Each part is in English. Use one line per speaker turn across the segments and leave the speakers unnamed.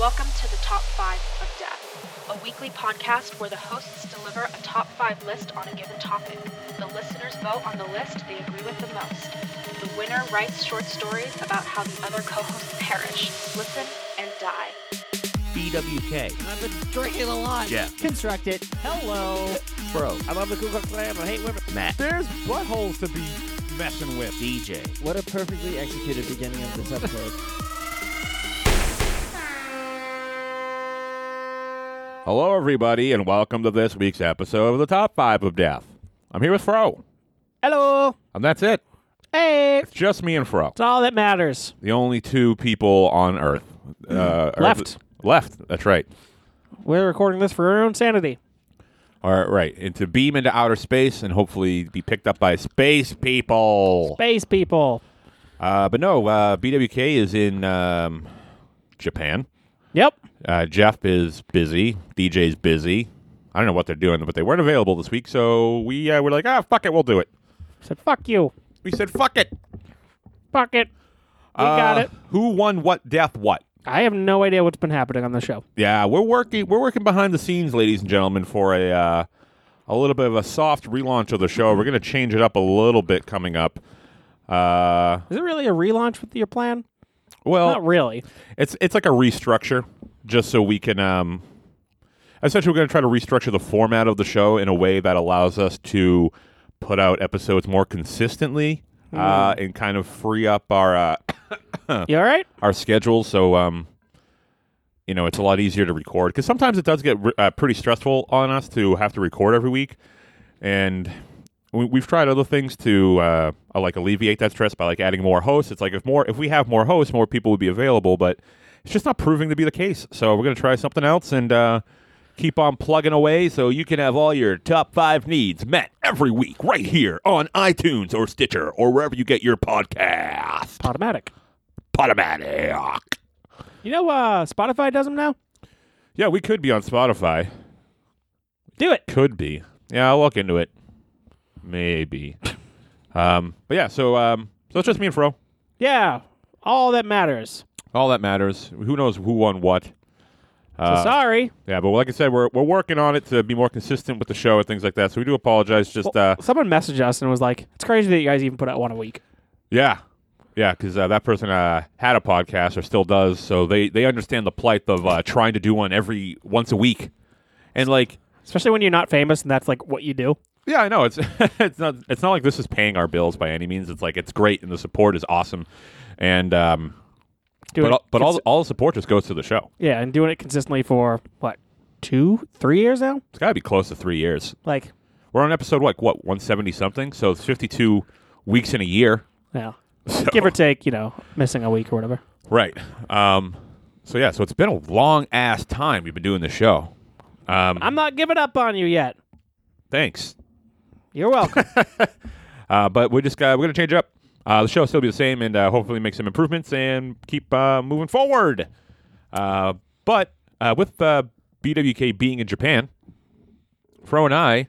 Welcome to the Top 5 of Death, a weekly podcast where the hosts deliver a top 5 list on a given topic. The listeners vote on the list they agree with the most. The winner writes short stories about how the other co hosts perish, listen, and die.
BWK.
I've been drinking a lot.
Jeff.
Construct it. Hello.
Bro.
I love the Ku Klux Klan. I hate women.
Matt.
There's buttholes to be messing with.
DJ.
What a perfectly executed beginning of this episode.
Hello, everybody, and welcome to this week's episode of the Top Five of Death. I'm here with Fro,
Hello.
and that's it.
Hey.
It's just me and Fro,
It's all that matters.
the only two people on Earth.
Mm.
Uh, Earth-
Left.
left. That's right.
We're recording this for our own sanity.
All right, right. And to beam into outer space and hopefully be picked up by space people.
Space people.
Uh, but no, uh, BWK is in um, Japan.
Yep.
Uh, Jeff is busy. DJ's busy. I don't know what they're doing, but they weren't available this week, so we uh, were like, ah, fuck it, we'll do it.
Said fuck you.
We said, fuck it.
Fuck it. We got
Uh,
it.
Who won what death what?
I have no idea what's been happening on the show.
Yeah, we're working we're working behind the scenes, ladies and gentlemen, for a uh, a little bit of a soft relaunch of the show. We're gonna change it up a little bit coming up. Uh,
Is it really a relaunch with your plan? Oh.
well,
Not really.
it's it's like a restructure, just so we can. Um, essentially, we're gonna try to restructure the format of the show in a way that allows us to put out episodes more consistently uh, and kind of free up our. Uh,
You all right?
our schedule. So, um, you know, it's a lot easier to record because sometimes it does get re- uh, pretty stressful on us to have to record every week, and we, we've tried other things to uh, uh, like alleviate that stress by like adding more hosts. It's like if more if we have more hosts, more people would be available, but it's just not proving to be the case. So we're gonna try something else and. Uh, Keep on plugging away so you can have all your top five needs met every week right here on iTunes or Stitcher or wherever you get your podcast.
Automatic.
Podomatic.
You know uh Spotify does them now?
Yeah, we could be on Spotify.
Do it.
Could be. Yeah, I'll look into it. Maybe. um, but yeah, so um, so it's just me and Fro.
Yeah. All that matters.
All that matters. Who knows who won what?
So
Uh,
sorry.
yeah, but like I said, we're we're working on it to be more consistent with the show and things like that. So we do apologize. Just uh,
Someone messaged us and was like, It's crazy that you guys even put out one a week.
yeah, yeah, because uh, that person uh, had a podcast or still does, so they they understand the plight of uh, trying to do one every once a week, and like
Especially when you're not famous and that's like what you do.
Yeah, I know. It's it's not it's not like this is paying our bills by any means. It's like it's great and the support is awesome, and um,
Doing
but all,
it
but all
consi-
all the support just goes to the show.
Yeah, and doing it consistently for what, two, three years now?
It's got to be close to three years.
Like,
We're on episode like what one seventy something, so it's fifty two weeks in a year,
yeah.
So-
Give or take, you know, missing a week or whatever.
right? Um, so yeah, so it's been a long ass time we've been doing the show. Um,
I'm not giving up on you yet.
thanks.
You're welcome.
Uh, but we just got, we're gonna change it up. Uh, the show will still be the same, and uh, hopefully make some improvements and keep uh, moving forward. Uh, but uh, with uh, BWK being in Japan, Fro and I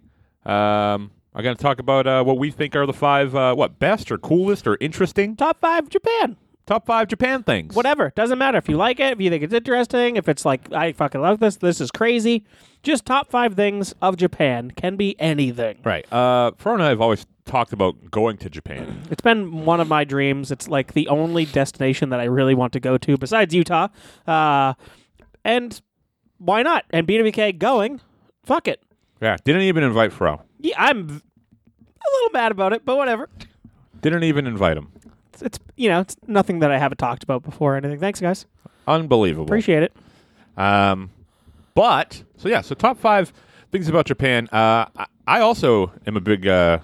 um, are gonna talk about uh, what we think are the five uh, what best or coolest or interesting
Top five Japan.
top five Japan things.
Whatever. Doesn't matter if you like it, if you think it's interesting, if it's like, I fucking love this, this is crazy. Just top five things of Japan can be anything.
Right. Uh, Fro and I have always talked about going to Japan.
It's been one of my dreams. It's like the only destination that I really want to go to besides Utah. Uh, and why not? And BWK going, fuck it.
yeah. Didn't even invite Fro.
Yeah, I'm v- a little mad about it, but whatever.
Didn't even invite him.
It's, it's you know, it's nothing that I haven't talked about before or anything. Thanks, guys.
Unbelievable.
Appreciate it.
Um, but so yeah, so top five things about Japan. Uh, I, I also am a big uh,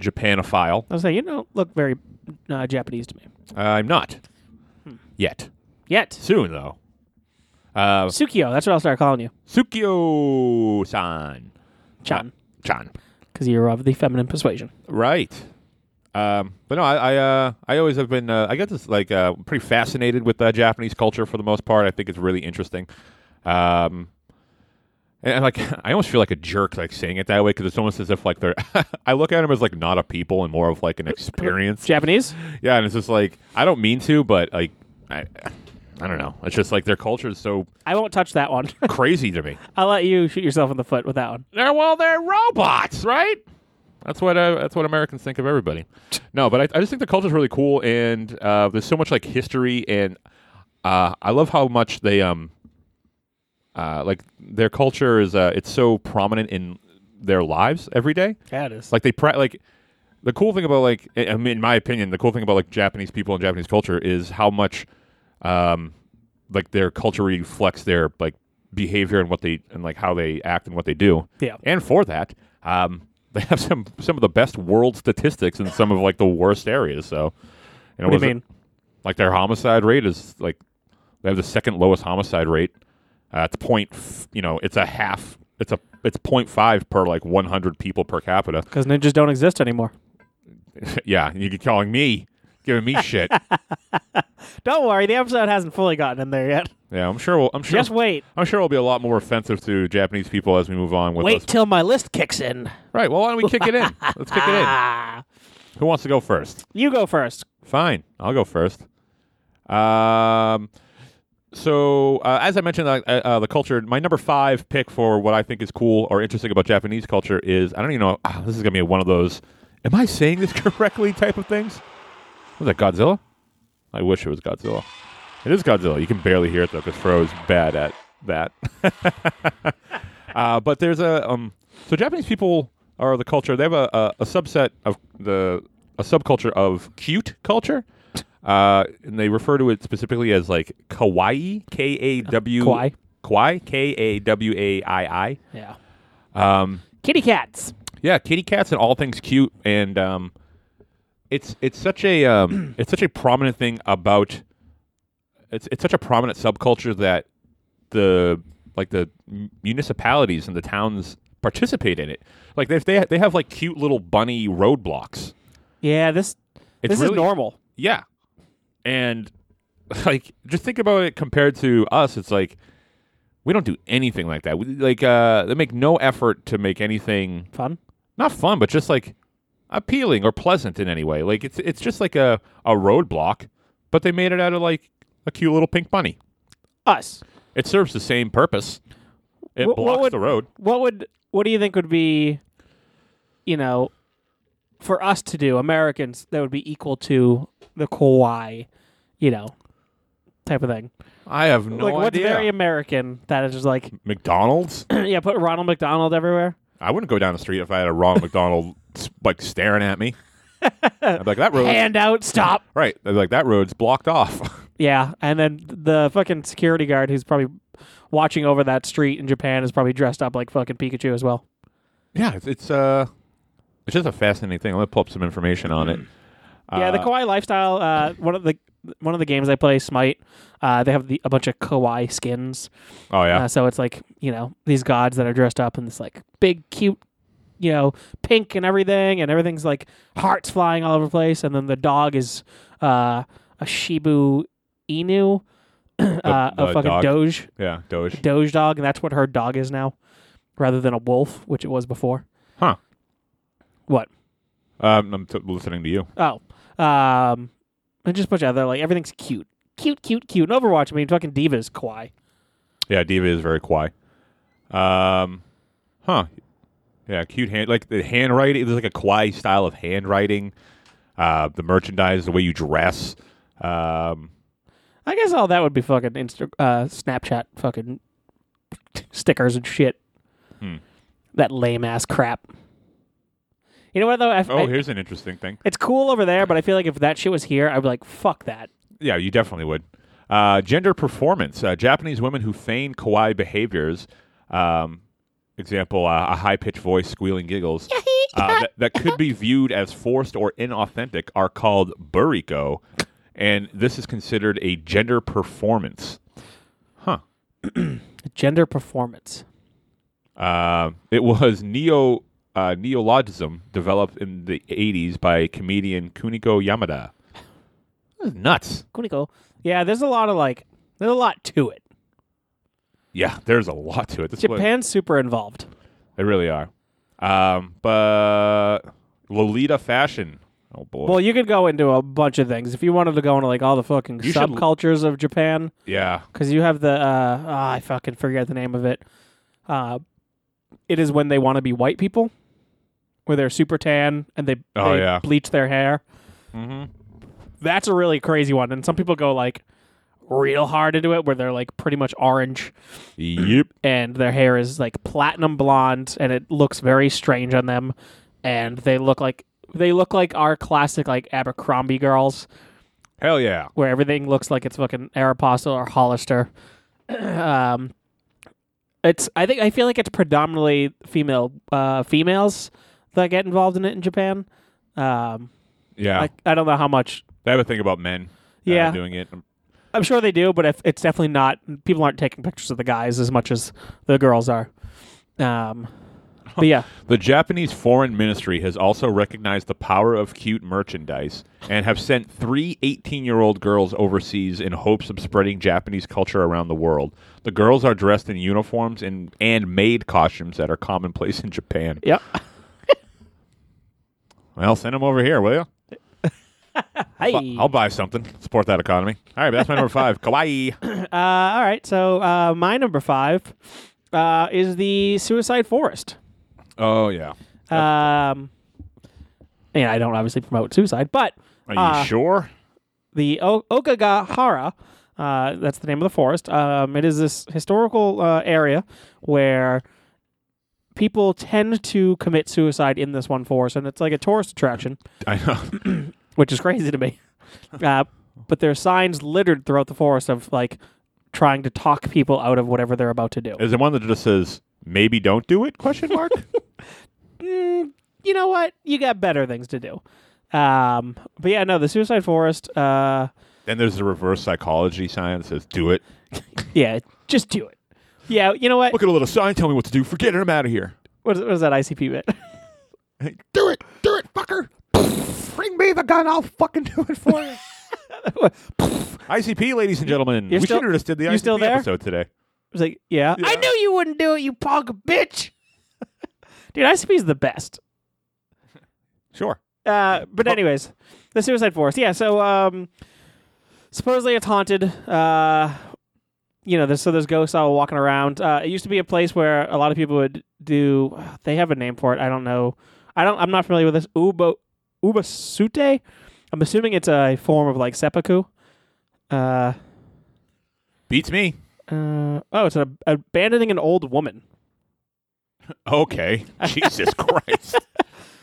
Japanophile.
I was like, you don't look very uh, Japanese to me
Uh, I'm not yet.
yet.
Soon though. Uh,
Tsukio, that's what I'll start calling you,
Tsukio-san,
Chan,
Chan.
because you're of the feminine persuasion.
Right. Um, but no, I I, uh, I always have been uh, I get this like uh, pretty fascinated with uh, Japanese culture for the most part. I think it's really interesting. Um, and, and, like I almost feel like a jerk like saying it that way because it's almost as if like they're I look at them as like not a people and more of like an experience.
Japanese?
Yeah, and it's just like I don't mean to, but like I I don't know. It's just like their culture is so
I won't touch that one.
crazy to me.
I'll let you shoot yourself in the foot with that one.
They're well, they're robots, right? That's what uh, that's what Americans think of everybody. No, but I, I just think the culture is really cool, and uh, there's so much like history, and uh, I love how much they um uh, like their culture is uh, it's so prominent in their lives every day.
Yeah, it is.
Like they pra- like the cool thing about like I I mean, in my opinion, the cool thing about like Japanese people and Japanese culture is how much um like their culture reflects their like behavior and what they and like how they act and what they do.
Yeah.
And for that, um they have some some of the best world statistics in some of like the worst areas. So you know,
what do
was
you
it-
mean?
like their homicide rate is like they have the second lowest homicide rate. Uh, it's point, f- you know, it's a half. It's a it's point five per like one hundred people per capita.
Because ninjas don't exist anymore.
yeah, you keep calling me, giving me shit.
Don't worry, the episode hasn't fully gotten in there yet.
Yeah, I'm sure. We'll, I'm sure.
Just wait.
I'm sure it'll be a lot more offensive to Japanese people as we move on with
Wait
us.
till my list kicks in.
right. Well, why don't we kick it in? Let's kick it in.
Ah.
Who wants to go first?
You go first.
Fine, I'll go first. Um, so uh, as I mentioned, uh, uh, uh, the culture. My number five pick for what I think is cool or interesting about Japanese culture is I don't even know. ah, this is gonna be one of those. Am I saying this correctly? Type of things. Was that Godzilla? I wish it was Godzilla. It is Godzilla. You can barely hear it though, because Fro is bad at that. uh, but there's a um, so Japanese people are the culture. They have a, a, a subset of the a subculture of cute culture, uh, and they refer to it specifically as like kawaii, k a w
Kawaii.
kawaii, k a w a i i.
Yeah.
Um,
Kitty cats.
yeah, kitty cats and all things cute, and um, it's it's such a um, it's such a prominent thing about it's it's such a prominent subculture that the like the m- municipalities and the towns participate in it. Like they they they have like cute little bunny roadblocks.
Yeah, this
It's
this
really,
is normal.
Yeah, and like just think about it compared to us. It's like we don't do anything like that. We, like uh, they make no effort to make anything
Fun.
not fun, but just like appealing or pleasant in any way. Like it's it's just like a, a roadblock, but they made it out of like a cute little pink bunny.
Us.
It serves the same purpose. It
Wh- what
blocks
would-
the road.
What would what do you think would be you know for us to do, Americans, that would be equal to the kawaii, you know, type of thing.
I have no
like what's
idea.
very American that is just like
McDonald's?
yeah, put Ronald McDonald everywhere.
I wouldn't go down the street if I had a Ronald McDonald s- like staring at me. I'd be like that road.
Hand out, stop.
Right. I'd be like that road's blocked off.
Yeah, and then the fucking security guard who's probably watching over that street in Japan is probably dressed up like fucking Pikachu as well.
yeah, it's, it's uh it's just a fascinating thing. I'm gonna pull up some information on it.
yeah, the
Uh,
kawaii lifestyle. Uh, one of the one of the games I play, Smite. Uh, they have the, a bunch of kawaii skins.
Oh yeah.
Uh, so it's like you know these gods that are dressed up in this like big cute, you know, pink and everything, and everything's like hearts flying all over the place, and then the dog is uh, a Shibu Inu, uh,
the
a fucking
dog.
Doge
yeah, Doge.
Doge dog, and that's what her dog is now, rather than a wolf, which it was before.
Huh.
What?
Um, I'm t- listening to you.
Oh, um, and just a bunch of other like everything's cute, cute, cute, cute. And Overwatch, I mean, fucking diva is kawaii.
Yeah, Diva is very quiet. Um, huh? Yeah, cute hand like the handwriting. There's like a kawaii style of handwriting. Uh, the merchandise, the way you dress. Um,
I guess all that would be fucking Insta, uh, Snapchat, fucking stickers and shit.
Hmm.
That lame ass crap. You know what though? I,
oh,
I-
here's an interesting thing.
it's cool over there, but I feel like if that shit was here, I'd be like, fuck that.
Yeah, you definitely would. Uh, gender performance. Uh, Japanese women who feign kawaii behaviors. Um, example: uh, a high-pitched voice, squealing giggles. uh, that, that could be viewed as forced or inauthentic are called buriko, and this is considered a gender performance.
Gender performance.
Uh, it was neo uh, neologism developed in the '80s by comedian Kuniko Yamada. This is nuts.
Kuniko. Yeah, there's a lot of like, there's a lot to it.
Yeah, there's a lot to it. This place-
Japan's super involved.
they really are. Um, but Lolita fashion. Oh boy.
Well, you could go into a bunch of things if you wanted to go into like all the fucking
You should-
subcultures of Japan,
yeah.
because you have the uh, ah, I fucking forget the name of it. Uh, it is when they want to be white people, where they're super tan and they,
Oh,
they
yeah.
bleach their hair.
hmm
That's a really crazy one, and some people go like real hard into it, where they're like pretty much orange
Yep.
and their hair is like platinum blonde and it looks very strange on them and they look like they look like our classic like Abercrombie girls
Hell yeah.
where everything looks like it's fucking Aeropostale or Hollister. um it's I think I feel like it's predominantly female uh females that get involved in it in Japan. Um
Yeah.
like I don't know how much
I have a thing about men. uh,
Yeah.
doing it.
I'm sure they do, but if, it's definitely not people aren't taking pictures of the guys as much as the girls are. Um but yeah.
The Japanese Foreign Ministry has also recognized the power of cute merchandise and have sent three 18 year old girls overseas in hopes of spreading Japanese culture around the world. The girls are dressed in uniforms and, and made costumes that are commonplace in Japan.
Yep.
Well, send them over here, will you?
Hey.
Bu- I'll buy something. Support that economy. All right, that's my number five. Kawaii.
Uh, all right. So uh, my number five uh, is the Suicide Forest.
Oh, yeah.
Um, and I don't obviously promote suicide, but
Are you
uh,
sure?
the o- Okagahara. Uh, that's the name of the forest. Um, it is this historical uh, area where people tend to commit suicide in this one forest, and it's like a tourist attraction,
I know.
which is crazy to me. Uh, but there are signs littered throughout the forest of like trying to talk people out of whatever they're about to do.
Is it one that just says, maybe don't do it? Question mark.
mm, you know what? You got better things to do. Um, but yeah, no, the Suicide Forest. Uh,
then there's the reverse psychology sign that says, do it.
yeah, just do it. Yeah, you know what?
Look at a little sign. Tell me what to do. Forget it. I'm out of here.
What is, what is that ICP bit?
Hey, do it. Do it, fucker. Bring me the gun. I'll fucking do it for you. ICP, ladies and gentlemen.
You're
we
still-
should have just did the
you
ICP
still there?
episode today.
It's like, yeah. I knew you wouldn't do it, you pog bitch. Dude, ICP is the best.
Sure.
Uh, but anyways, the Suicide Forest. Yeah, so um, supposedly it's haunted. Uh, you know, there's, so there's ghosts all walking around. Uh, it used to be a place where a lot of people would do. They have a name for it. I don't know. I don't. I'm not familiar with this. Ubo ubasute. I'm assuming it's a form of like seppuku. Uh,
Beats me.
uh, oh, it's an abandoning an old woman.
Okay. Jesus Christ.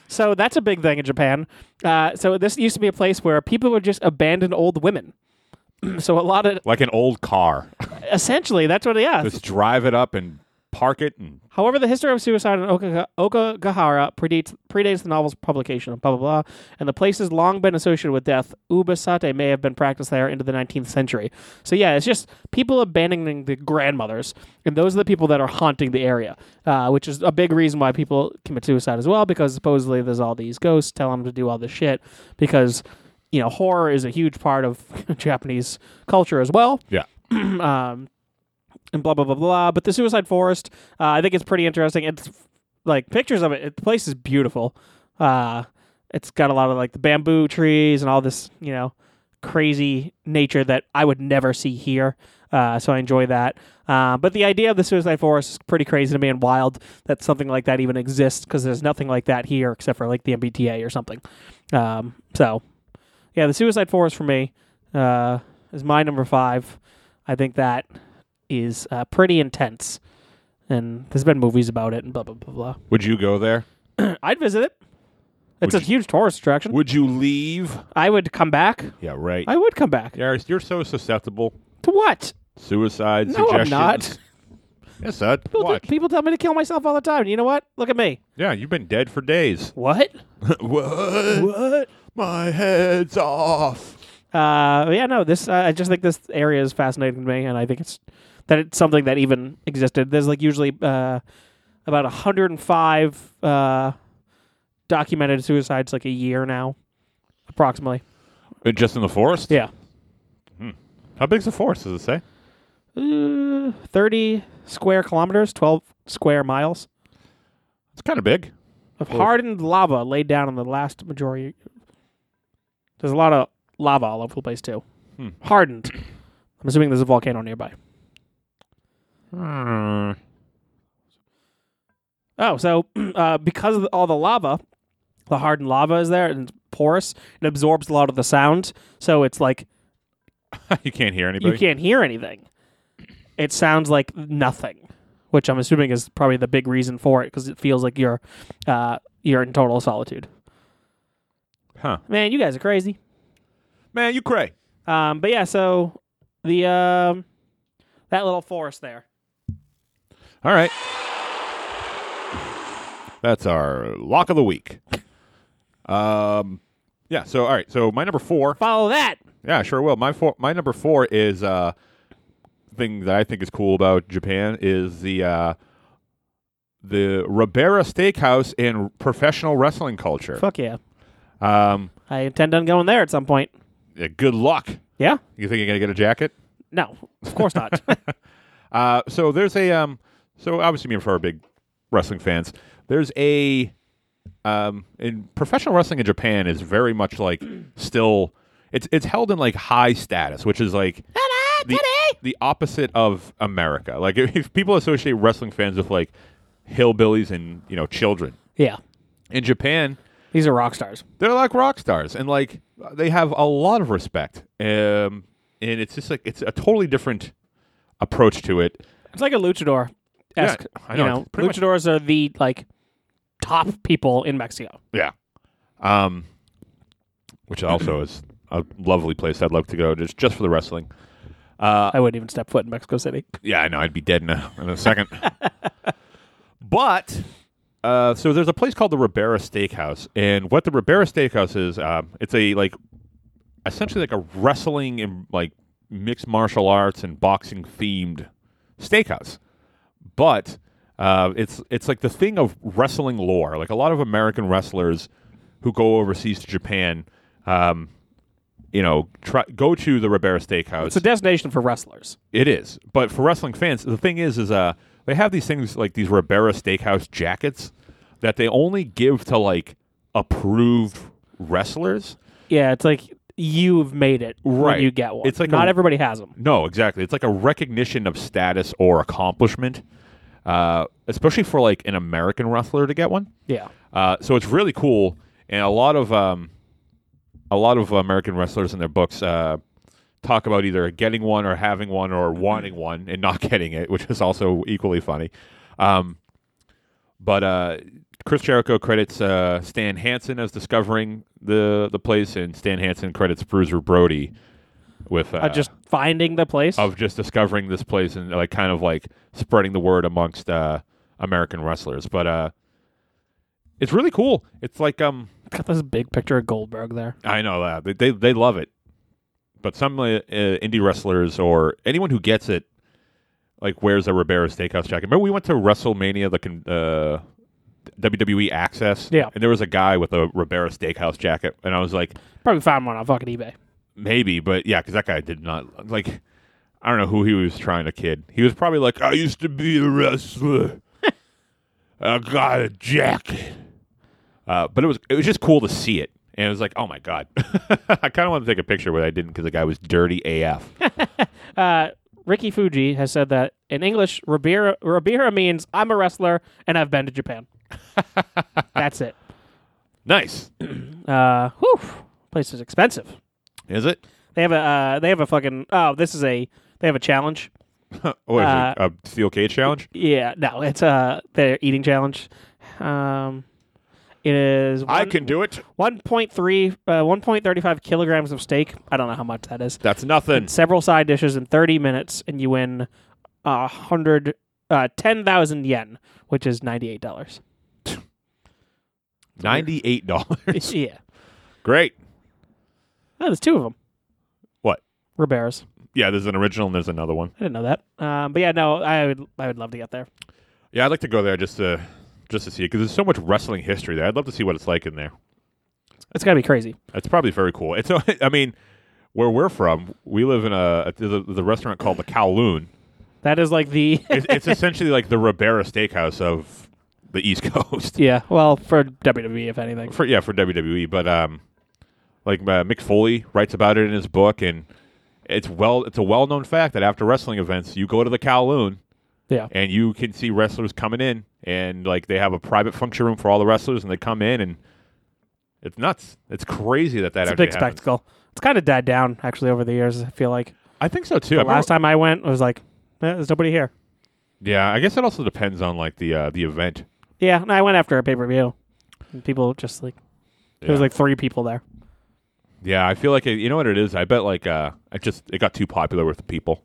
So that's a big thing in Japan. Uh, so this used to be a place where people would just abandon old women. so a lot of
Like an old car.
essentially that's what yeah.
Just drive it up and park it and
However, the history of suicide in Oka- Okagahara predates predates the novel's publication. Blah blah blah. And the place has long been associated with death. Ubasate may have been practiced there into the 19th century. So yeah, it's just people abandoning the grandmothers, and those are the people that are haunting the area, uh, which is a big reason why people commit suicide as well. Because supposedly there's all these ghosts telling them to do all this shit. Because you know horror is a huge part of Japanese culture as well
yeah.
um, and blah blah blah blah. But the Suicide Forest, uh, I think it's pretty interesting. It's like pictures of it. it the place is beautiful. Uh, it's got a lot of like the bamboo trees and all this, you know, crazy nature that I would never see here. Uh, so I enjoy that. Uh, but the idea of the Suicide Forest is pretty crazy to me and wild that something like that even exists because there's nothing like that here except for like the MBTA or something. Um, so yeah, the Suicide Forest for me uh, is my number five. I think that is uh, pretty intense, and there's been movies about it and blah blah blah
Would you go there?
blah. I'd visit it. It's
Would
a huge tourist attraction.
Would you leave?
I would come back.
Yeah, right.
I would come back.
Yaris, you're so susceptible.
To what?
Suicide
No, I'm
suggestions.
not.
Yes, Ed.
People,
Watch.
do- people tell me to kill myself all the time. You know what? Look at me.
yeah, you've been dead for days.
What?
what?
What?
My head's off.
Uh, yeah, no. This uh, I just think this area is fascinating to me, and I think it's that it's something that even existed. There's like usually uh, about 105 uh, documented suicides like a year now, approximately.
Uh, Just in the forest?
Yeah,
How big's the forest, does it say?
uh, 30 square kilometers, 12 square miles
It's kind of big.
of
Oof.
hardened lava laid down in the last majority There's a lot of lava all over the place too.
Hmm.
Hardened. I'm assuming there's a volcano nearby.
Hmm.
Oh, so uh, because of all the lava, the hardened lava is there and it's porous. It absorbs a lot of the sound, so it's like
you can't hear
you
anybody.
can't hear anything. It sounds like nothing, which I'm assuming is probably the big reason for it because it feels like you're uh, you're in total solitude.
Huh.
Man, you guys are crazy.
Man, you cray.
Um, but yeah, so the um, that little forest there.
All right. That's our lock of the week. Um, yeah. So all right. So my number four.
Follow that.
Yeah, sure will. My four, my number four is uh, thing that I think is cool about Japan is the uh, the Ribera Steakhouse and professional wrestling culture.
Fuck yeah.
Um,
I intend on going there at some point.
yeah, good luck.
Yeah?
You think you're gonna get a jacket?
No, of course not.
Uh, so there's a um, so obviously me and Fro are big wrestling fans. There's a um, in professional wrestling in Japan is very much like still it's it's held in like high status, which is like the, the opposite of America. Like if, if people associate wrestling fans with like hillbillies and you know children
yeah.
in Japan,
These are rock stars.
they're like rock stars and like they have a lot of respect. Um, and it's just like it's a totally different approach to it.
It's like a luchador. esque
Yeah, I
you
know,
know,
it's pretty much-
luchadors are the like top people in Mexico.
Yeah. Um, which also is a lovely place I'd love to go just just for the wrestling. Uh,
I wouldn't even step foot in Mexico City.
Yeah, I know I'd be dead in a, in a second. but uh, so there's a place called the Ribera Steakhouse, and what the Ribera Steakhouse is, um, it's a like essentially like a wrestling and like mixed martial arts and boxing themed steakhouse. But uh, it's it's like the thing of wrestling lore. Like a lot of American wrestlers who go overseas to Japan, um, you know, try, go to the Ribera Steakhouse.
It's a destination for wrestlers.
It is, but for wrestling fans, the thing is, is uh, they have these things like these Ribera Steakhouse jackets that they only give to like approved wrestlers.
Yeah, it's like you've made it
Right.
when you get one.
It's like
not
a-
everybody has them.
No, exactly. It's like a recognition of status or accomplishment, uh, especially for like an American wrestler to get one.
Yeah.
Uh, so it's really cool, and a lot of um, a lot of American wrestlers in their books uh, talk about either getting one or having one or wanting one and not getting it, which is also equally funny. Um, but uh, Chris Jericho credits uh, Stan Hansen as discovering the the place, and Stan Hansen credits Bruiser Brody with uh,
Uh, just finding the place.
of just discovering this place and like kind of like spreading the word amongst uh, American wrestlers. But uh, it's really cool. It's like um,
got this big picture of Goldberg there.
I know that they they, they love it, but some uh, uh, indie wrestlers or anyone who gets it like wears a Ribera Steakhouse jacket. Remember we went to WrestleMania the con- uh, WWE Access,
Yeah.
and there was a guy with a Ribera Steakhouse jacket, and I was like,
Probably found one on fucking eBay.
Maybe, but yeah, because that guy did not like. I don't know who he was trying to kid. He was probably like, "I used to be a wrestler. I got a jacket." Uh, but it was it was just cool to see it, and it was like, "Oh my god!" I kind of want to take a picture, but I didn't because the guy was dirty AF.
Uh, Ricky Fuji has said that in English, Ribera, Ribera means I'm a wrestler and I've been to Japan. That's it.
nice,
Uh, whew, place is expensive.
is it?
They have a uh, they have a fucking oh this is a they have a challenge.
Oh, is
Uh,
it a steel cage challenge?
Yeah, no, it's a their eating challenge. Um, it is
I
one-
can do it.
1.3 uh, 1.35 kilograms of steak. I don't know how much that is.
That's nothing.
Several side dishes in 30 minutes, and you win a hundred uh, ten thousand yen, which is ninety eight dollars.
Ninety eight dollars.
yeah,
Great.
oh, there's two of them.
What?
Ribera's.
Yeah, there's an original and there's another one.
I didn't know that. Um, but yeah, no, I would I would love to get there.
Yeah, I'd like to go there just to just to see it because there's so much wrestling history there. I'd love to see what it's like in there.
It's gotta be crazy.
It's probably very cool. It's I mean, where we're from, we live in a, a the, the restaurant called the Kowloon.
That is like the
It's, it's essentially like the Ribera Steakhouse of the East Coast.
yeah. Well, for WWE, E, if anything,
For yeah, for WWE, but E, um, Like uh, Mick Foley writes about it in his book, and it's well it's a well known fact that after wrestling events, you go to the Kowloon
Yeah.
and you can see wrestlers coming in, and like they have a private function room for all the wrestlers, and they come in, and it's nuts. It's crazy that that
It's a
actually
big
happens.
spectacle. It's kind of died down actually over the years. I feel like
I think so too. I
the
remember-
last time I went it was like, eh, there's nobody here.
yeah, I guess it also depends on like the uh, the event.
Yeah, and I went after a pay per view. People just like there was
Yeah.
like three people there.
Yeah, I feel like it, you know what it is. I bet like uh, it just it got too popular with the people,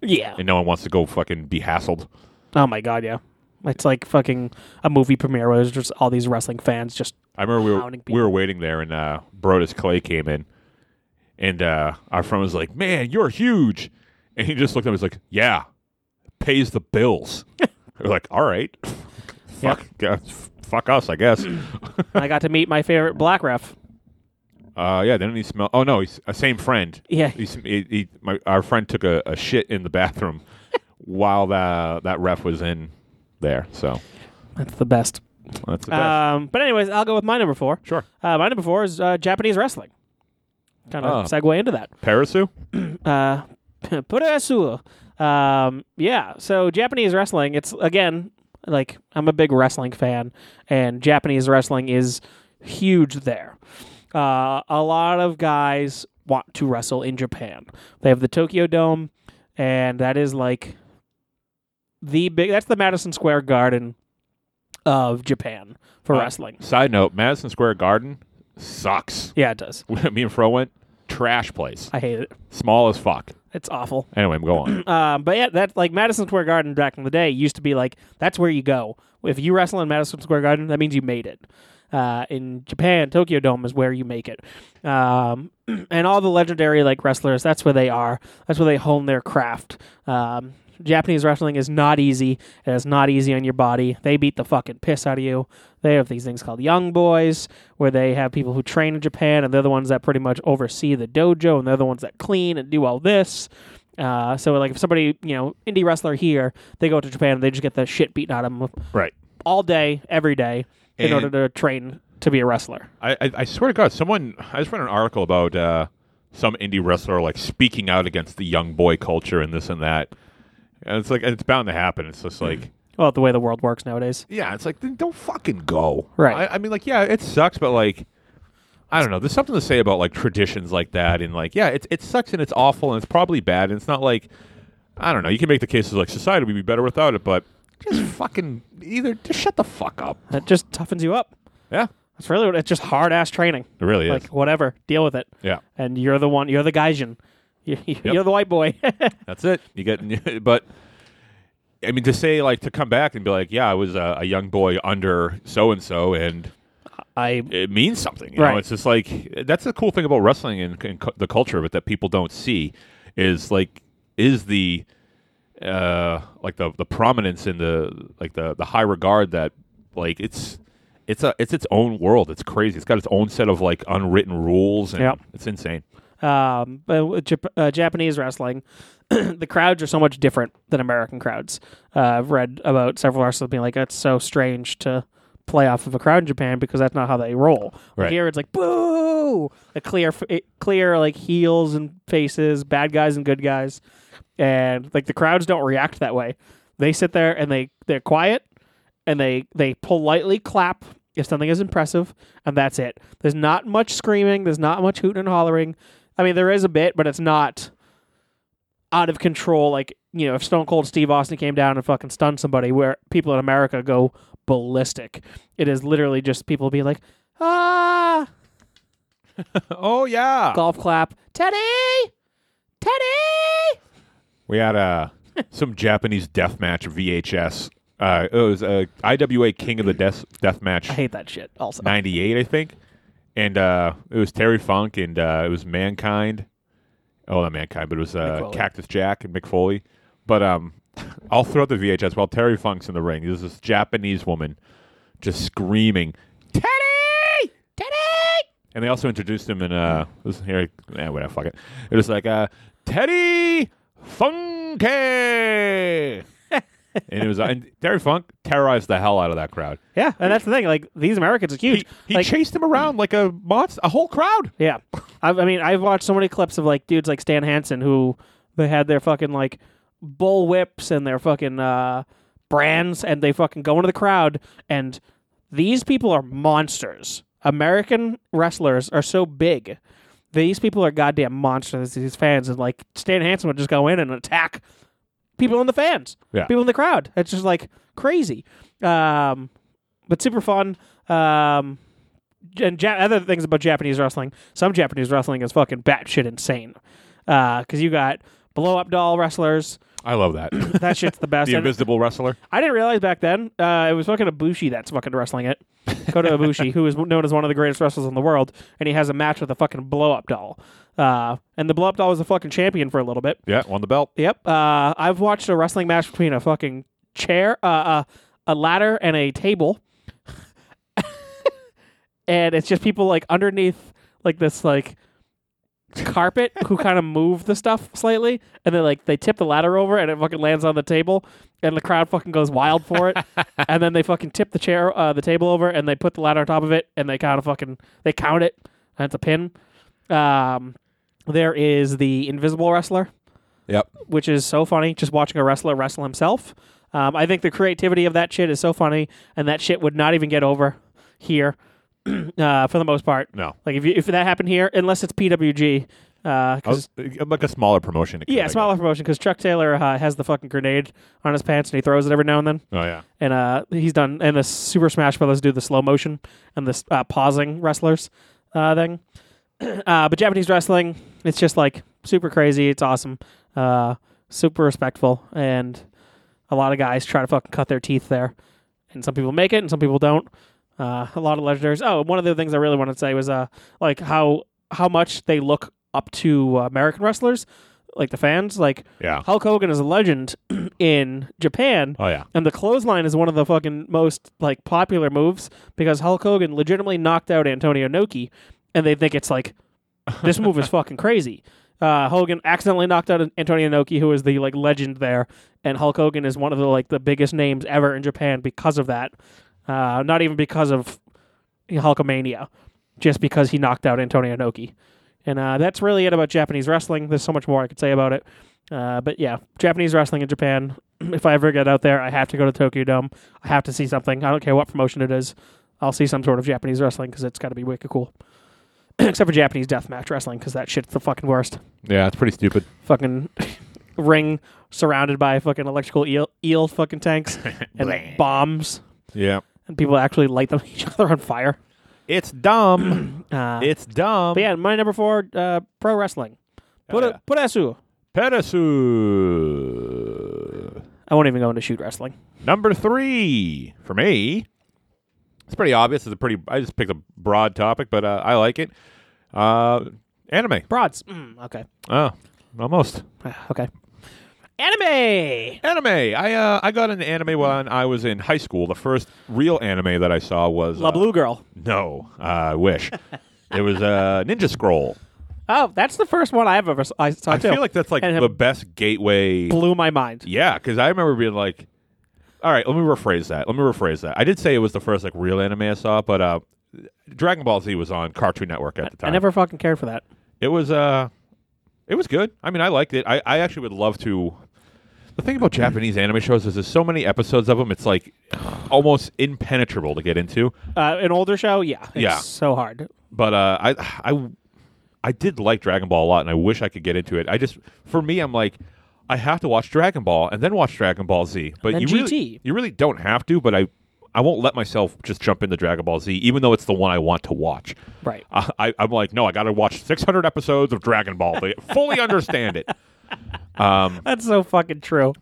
Yeah.
and no one wants to go fucking be hassled.
Oh my god, yeah. It's like fucking a movie premiere where there's just all these wrestling fans just
I remember we were
Pounding
we were waiting there, and uh, Brodus Clay came in, and uh, our friend was like, "Man, you're huge," and he just looked at me. He's like, "Yeah, pays the bills." we're like, "All right, fuck, guys, f- fuck us, I guess."
I got to meet my favorite black ref.
uh, yeah, didn't he smell? Oh no, he's a same friend.
Yeah.
he, sm- he, he my, our friend took a, a shit in the bathroom while that that ref was in there. So
That's the best.
that's the best.
Um, but anyways, I'll go with my number four.
sure,
Uh, my number four is uh, Japanese wrestling. Kind
Oh.
of segue into that.
Parasu.
uh, Puresu. Um, yeah. So Japanese wrestling. It's again like I'm a big wrestling fan, and Japanese wrestling is huge there. Uh, a lot of guys want to wrestle in Japan. They have the Tokyo Dome, and that is like the big. That's the Madison Square Garden of Japan for
Uh,
wrestling.
Side note: Madison Square Garden sucks.
Yeah, it does.
me and Fro went trash place,
I hate it.
small as fuck.
It's awful.
Anyway, go on.
Um, but yeah, that like Madison Square Garden back in the day used to be like that's where you go if you wrestle in Madison Square Garden. That means you made it. Uh, in Japan, Tokyo Dome is where you make it, um, and all the legendary like wrestlers. That's where they are. That's where they hone their craft. Um, Japanese wrestling is not easy. It is not easy on your body. They beat the fucking piss out of you. They have these things called young boys, where they have people who train in Japan, and they're the ones that pretty much oversee the dojo, and they're the ones that clean and do all this. Uh, so like if somebody you know indie wrestler here, they go to Japan, they just get the shit beaten out of them
right.
all day, every day, in
And-
order to train to be a wrestler.
I, I I swear to God, someone I just read an article about uh, some indie wrestler like speaking out against the young boy culture and this and that. And it's like it's bound to happen. It's just like
Well, the way the world works nowadays.
yeah, it's like then don't fucking go.
Right.
I, I mean, like yeah, it sucks, but like. I don't know. There's something to say about like traditions like that, and like, yeah, it it sucks and it's awful and it's probably bad. And it's not like, I don't know. You can make the cases like society would be better without it, but just fucking either just shut the fuck up.
That just toughens you up.
Yeah,
That's really what it's just hard ass training.
it really
Like
is.
whatever, deal with it.
Yeah,
And you're the one. You're the gaijin. You- you- You're the white boy.
that's it. You get, but I mean, to say like to come back and be like, yeah, I was a, a young boy under so and so, and
I
it means something. You
Right.
know, it's just like that's the cool thing about wrestling and, and cu- the culture of it that people don't see is like is the uh like the the prominence and the like the the high regard that like it's it's a it's its own world. It's crazy. It's got its own set of like unwritten rules. And
Yep.
it's insane.
um, but with Jap- uh, Japanese wrestling, the crowds are so much different than American crowds. Uh, I've read about several wrestlers being like, "That's so strange to play off of a crowd in Japan because that's not how they roll." Like
Right.
Here, it's like boo, a clear, f- it- clear like heels and faces, bad guys and good guys, and like the crowds don't react that way. They sit there and they they're quiet and they they politely clap if something is impressive, and that's it. There's not much screaming. There's not much hooting and hollering. I mean, there is a bit, but it's not out of control. Like you know, if Stone Cold Steve Austin came down and fucking stunned somebody, where people in America go ballistic. It is literally just people be like, ah,
Oh yeah.
golf clap, Teddy, Teddy.
We had uh, some Japanese death match VHS. Uh, it was uh, IWA King of the Death Death Match
I hate that shit. Also,
'98, I think, and uh, it was Terry Funk and uh, it was Mankind. Oh, not Mankind, but it was uh,
Foley.
Cactus Jack and Mick Foley. But um, all throughout the VHS, while Terry Funk's in the ring, there's this Japanese woman just screaming, "Teddy, Teddy!" And they also introduced him in uh, this here, eh, whatever, fuck it. It was like uh, Teddy Funky. and it was and Terry Funk terrorized the hell out of that crowd.
Yeah, and that's the thing. Like these Americans are huge.
He, he
like,
chased him around like a monster, a whole crowd.
Yeah, I, I mean, I've watched so many clips of like dudes like Stan Hansen who they had their fucking like bull whips and their fucking uh, brands, and they fucking go into the crowd, and these people are monsters. American wrestlers are so big. These people are goddamn monsters. These fans, and like Stan Hansen would just go in and attack people in the fans,
Yeah.
people in the crowd. It's just like crazy, um, but super fun. Um, and ja- other things about Japanese wrestling, some Japanese wrestling is fucking batshit insane. Because you got blow up doll wrestlers.
I love that. the
That shit's the best. And
invisible wrestler.
I didn't realize back then uh, it was fucking Ibushi that's fucking wrestling it. Kota Ibushi, who is known as one of the greatest wrestlers in the world, and he has a match with a fucking blow up doll. Uh, and the blow up doll was a fucking champion for a little bit.
Yeah, won the belt.
Yep. Uh, I've watched a wrestling match between a fucking chair, uh, uh, a ladder, and a table, and it's just people like underneath like this like carpet who kind of move the stuff slightly, and then like they tip the ladder over and it fucking lands on the table, and the crowd fucking goes wild for it, and then they fucking tip the chair, uh, the table over, and they put the ladder on top of it, and they kind of fucking they count it, and it's a pin. Um, there is the invisible wrestler
Yep.
which is so funny. Just watching a wrestler wrestle himself. Um, I think the creativity of that shit is so funny, and that shit would not even get over here uh, for the most part.
No.
Like if you, if that happened here, unless it's PWG, because
I was, uh, like a smaller promotion. it
yeah,
kinda
smaller promotion. Because Chuck Taylor uh, has the fucking grenade on his pants and he throws it every now and then,
got- Oh yeah.
and uh, he's done. And the Super Smash Brothers do the slow motion and the uh, pausing wrestlers uh, thing. uh, but Japanese wrestling, it's just like super crazy. It's awesome, uh, super respectful, and a lot of guys try to fucking cut their teeth there, and some people make it, and some people don't. Uh, a lot of legendaries. Oh, one of the things I really wanted to say was uh, like how how much they look up to uh, American wrestlers, like the fans. Like
Yeah.
Hulk Hogan is a legend in Japan,
Oh yeah.
and the clothesline is one of the fucking most like popular moves because Hulk Hogan legitimately knocked out Antonio Noki, and they think it's like this move is fucking crazy. Uh, Hogan accidentally knocked out Antonio Noki, who is the like legend there, and Hulk Hogan is one of the like the biggest names ever in Japan because of that. Uh, not even because of Hulkamania, just because he knocked out Antonio Noki. And uh, that's really it about Japanese wrestling. There's so much more I could say about it. Uh, but yeah, Japanese wrestling in Japan. If I ever get out there, I have to go to Tokyo Dome. I have to see something. I don't care what promotion it is. I'll see some sort of Japanese wrestling because it's got to be wicked cool. Except for Japanese deathmatch wrestling because that shit's the fucking worst.
Yeah, it's pretty stupid.
Fucking ring surrounded by fucking electrical eel, eel fucking tanks and bombs,
Yeah.
and people actually light them each other on fire.
It's dumb.
Uh,
it's dumb.
But yeah, my number four, uh, pro wrestling. Put
yeah.
Puresu.
Pedasu.
I won't even go into shoot wrestling.
Number three for me. It's pretty obvious. It's a pretty. I just picked a broad topic, but uh, I like it. Uh, anime.
Broads. Mm, okay.
Oh, almost
Ah, Okay. Anime.
anime. I uh, I got into anime when I was in high school. The first real anime that I saw was
La
uh,
Blue Girl.
No, I wish it was uh, Ninja Scroll.
Oh, that's the first one I've ever s- I saw
I
too.
feel like that's like
And it
the best gateway.
blew my mind.
Yeah, because I remember being like, all right, let me rephrase that. Let me rephrase that. I did say it was the first like real anime I saw, but uh, Dragon Ball Z was on Cartoon Network at the time.
I never fucking cared for that.
It was uh, it was good. I mean, I liked it. I, I actually would love to. The thing about Japanese anime shows is there's so many episodes of them. It's like almost impenetrable to get into.
Uh, an older show, yeah, it's
Yeah.
so hard.
But uh, I I I did like Dragon Ball a lot, and I wish I could get into it. I just for me, I'm like. I have to watch Dragon Ball and then watch Dragon Ball Z, but
then
you
GT.
really you really don't have to. But I, I won't let myself just jump into Dragon Ball Z, even though it's the one I want to watch.
Right.
I, I- I'm like, no, I got to watch 600 episodes of Dragon Ball to fully understand it. Um,
That's so fucking true.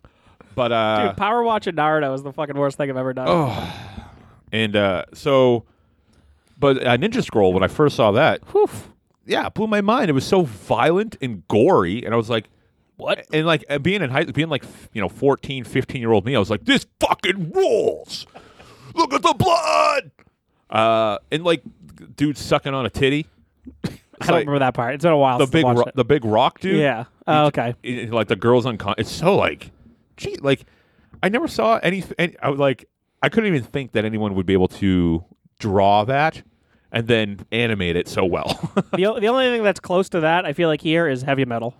But uh, Oh,
Dude, Power Watch and Naruto is the fucking worst thing I've ever done.
and uh, so, but uh, Ninja Scroll when I first saw that,
Whew.
yeah, it blew my mind. It was so violent and gory, and I was like, what? And like uh, being in high, being like f- you know 14, 15 year old me, I was like, this fucking rules. Look at the blood. Uh, and like, dude sucking on a titty.
I don't remember that part. It's been a while.
the
since I
big
watched
ro-
it.
the big rock dude.
yeah. Oh, okay.
it- it- like the girls uncon. It's so like, gee, like I never saw any, any. I was like, I couldn't even think that anyone would be able to draw that and then animate it so well.
the, o- the only thing that's close to that, I feel like here, is heavy metal.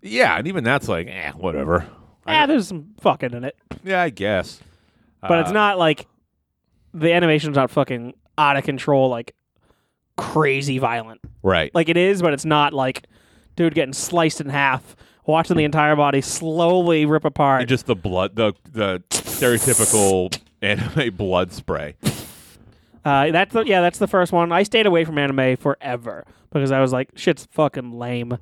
yeah, and even that's like, eh, whatever. I
Yeah, there's some fucking in it,
Yeah, I guess.
but
Uh,
it's not like the animation's not fucking out of control, like crazy violent.
right.
Like it is, but it's not like dude getting sliced in half, watching the entire body slowly rip apart.
And just the blood, the the stereotypical anime blood spray.
Uh, that's the, yeah, that's the first one. I stayed away from anime forever because I was like, shit's fucking lame.
Yeah,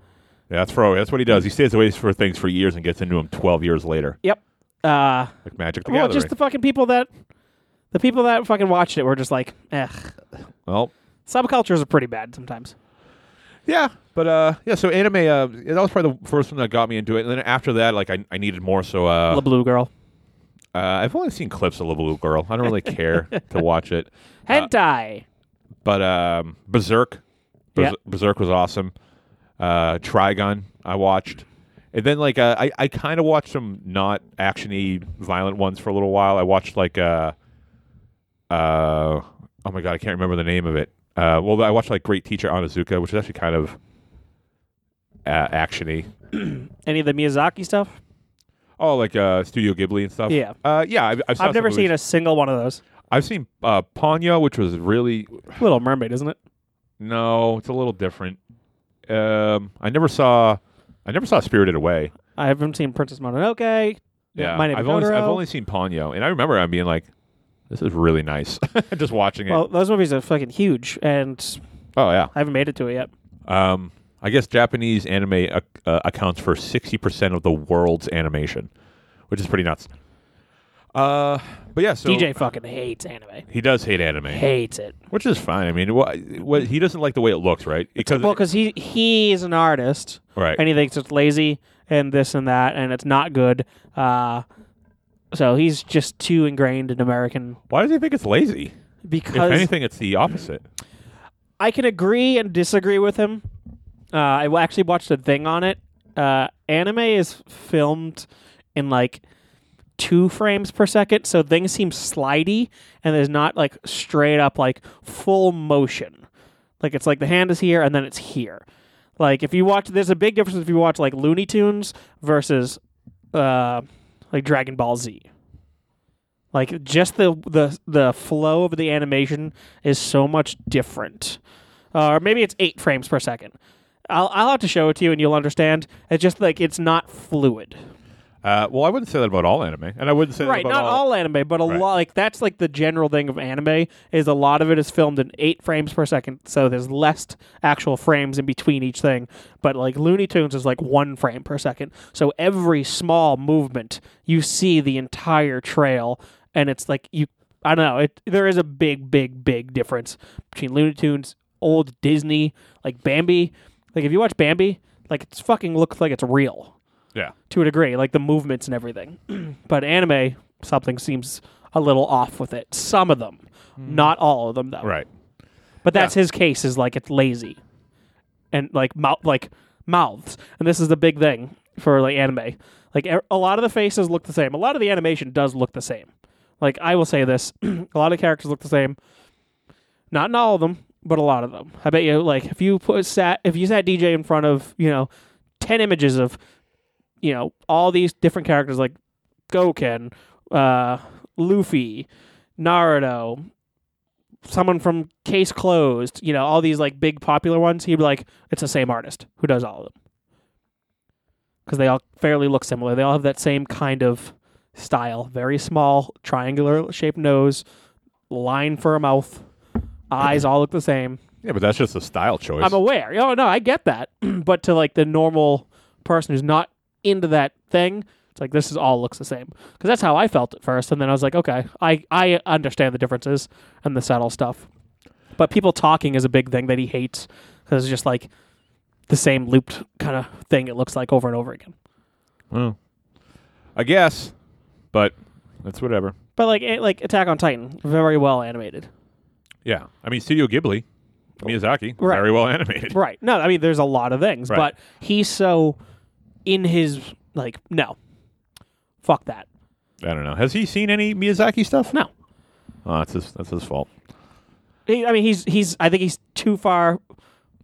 that's for that's what he does. He stays away for things for years and gets into them twelve years later,
Yep. Uh,
like Magic the
well,
Gathering.
just the fucking people that the people that fucking watched it were just like, eh.
well,
Subcultures are pretty bad sometimes.
yeah, but uh, yeah. So anime, uh, that was probably the first one that got me into it. And then after that, like I, I needed more. So uh,
La Blue Girl,
uh, I've only seen clips of La Blue Girl. I don't really care to watch it.
hentai.
But um, Berserk, Berserk,
Yeah.
Berserk was awesome. Uh, Trigun, I watched, and then like uh, I, I kind of watched some not actiony violent ones for a little while. I watched like uh, uh, oh my god, I can't remember the name of it. Uh, well, I watched like Great Teacher Onizuka, which is actually kind of uh, actiony.
Any of the Miyazaki stuff?
Oh, like uh, Studio Ghibli and stuff.
Yeah.
uh, yeah. I've, I've,
I've never seen a single one of those.
I've seen uh, Ponyo, which was really
Little Mermaid, isn't it?
No, it's a little different. Um, I never saw, I never saw Spirited Away.
I haven't seen Princess Mononoke.
Yeah,
My Name is
I've only, I've
Totoro.
only seen Ponyo, and I remember I'm being like, "This is really nice." Just watching it.
Well, those movies are fucking huge, and
oh yeah.
I haven't made it to it yet.
Um, I guess Japanese anime ac- uh, accounts for sixty percent of the world's animation, which is pretty nuts. Uh, but yeah, so
DJ fucking hates anime.
he does hate anime,
Hates it.
which is fine. I mean, what, what he doesn't like the way it looks, right? Because
Well, because he he is an artist,
right,
and he thinks it's lazy and this and that, and it's not good. Uh, so he's just too ingrained in American.
why does he think it's lazy? If
Because
anything, it's the opposite.
I can agree and disagree with him. Uh, I wa- actually watched a thing on it. Uh, anime is filmed in like two frames per second, so things seem slidey, and there's not like straight up like full motion. Like it's like the hand is here and then it's here. Like if you watch, there's a big difference if you watch like Looney Tunes versus uh, like Dragon Ball Z. Like just the the the flow of the animation is so much different, Uh, or maybe it's eight frames per second. I'll I'll have to show it to you and you'll understand. It's just like it's not fluid.
Uh, well, I wouldn't say that about all anime, and I wouldn't say
Right,
that
not
about all.
all anime, but a
Right.
lot like that's like the general thing of anime is a lot of it is filmed in 8 frames per second, so there's less actual frames in between each thing, but like Looney Tunes is like 1 frame per second. So every small movement, you see the entire trail and it's like you I don't know, it there is a big big big difference between Looney Tunes, old Disney, like Bambi. Like if you watch Bambi, like it's fucking looks like it's real
Yeah,
to a degree, like the movements and everything. but anime, something seems a little off with it. Some of them, not all of them, though.
right.
But that's his case is like it's lazy, and like mouth, like mouths, and this is the big thing for like anime. Like e- a lot of the faces look the same. A lot of the animation does look the same. Like I will say this, a lot of characters look the same. Not in all of them, but a lot of them. I bet you, like if you put sat if you sat DJ in front of you know ten images of you know all these different characters like Goken, uh, Luffy, Naruto, someone from Case Closed, you know, all these like big popular ones, he'd be like, it's the same artist who does all of them. Because they all fairly look similar. They all have that same kind of style very small, triangular shaped nose, line for a mouth, eyes all look the same.
Yeah, but that's just a style choice.
I'm aware. Oh, no, I get that. but to like the normal person who's not into that thing, it's like this is all looks the same. Because that's how I felt at first, and then I was like, okay, I I understand the differences and the subtle stuff. But people talking is a big thing that he hates because it's just like the same looped kind of thing. It looks like over and over again.
Well, I guess, but that's whatever.
But like it, like Attack on Titan, very well animated.
Yeah, I mean Studio Ghibli, Miyazaki,
Right.
very well animated.
Right. No, I mean, there's a lot of things,
Right.
but he's so in his like, no, fuck that.
I don't know. Has he seen any Miyazaki stuff?
No.
Oh, that's his. That's his fault.
He, I mean, he's he's. I think he's too far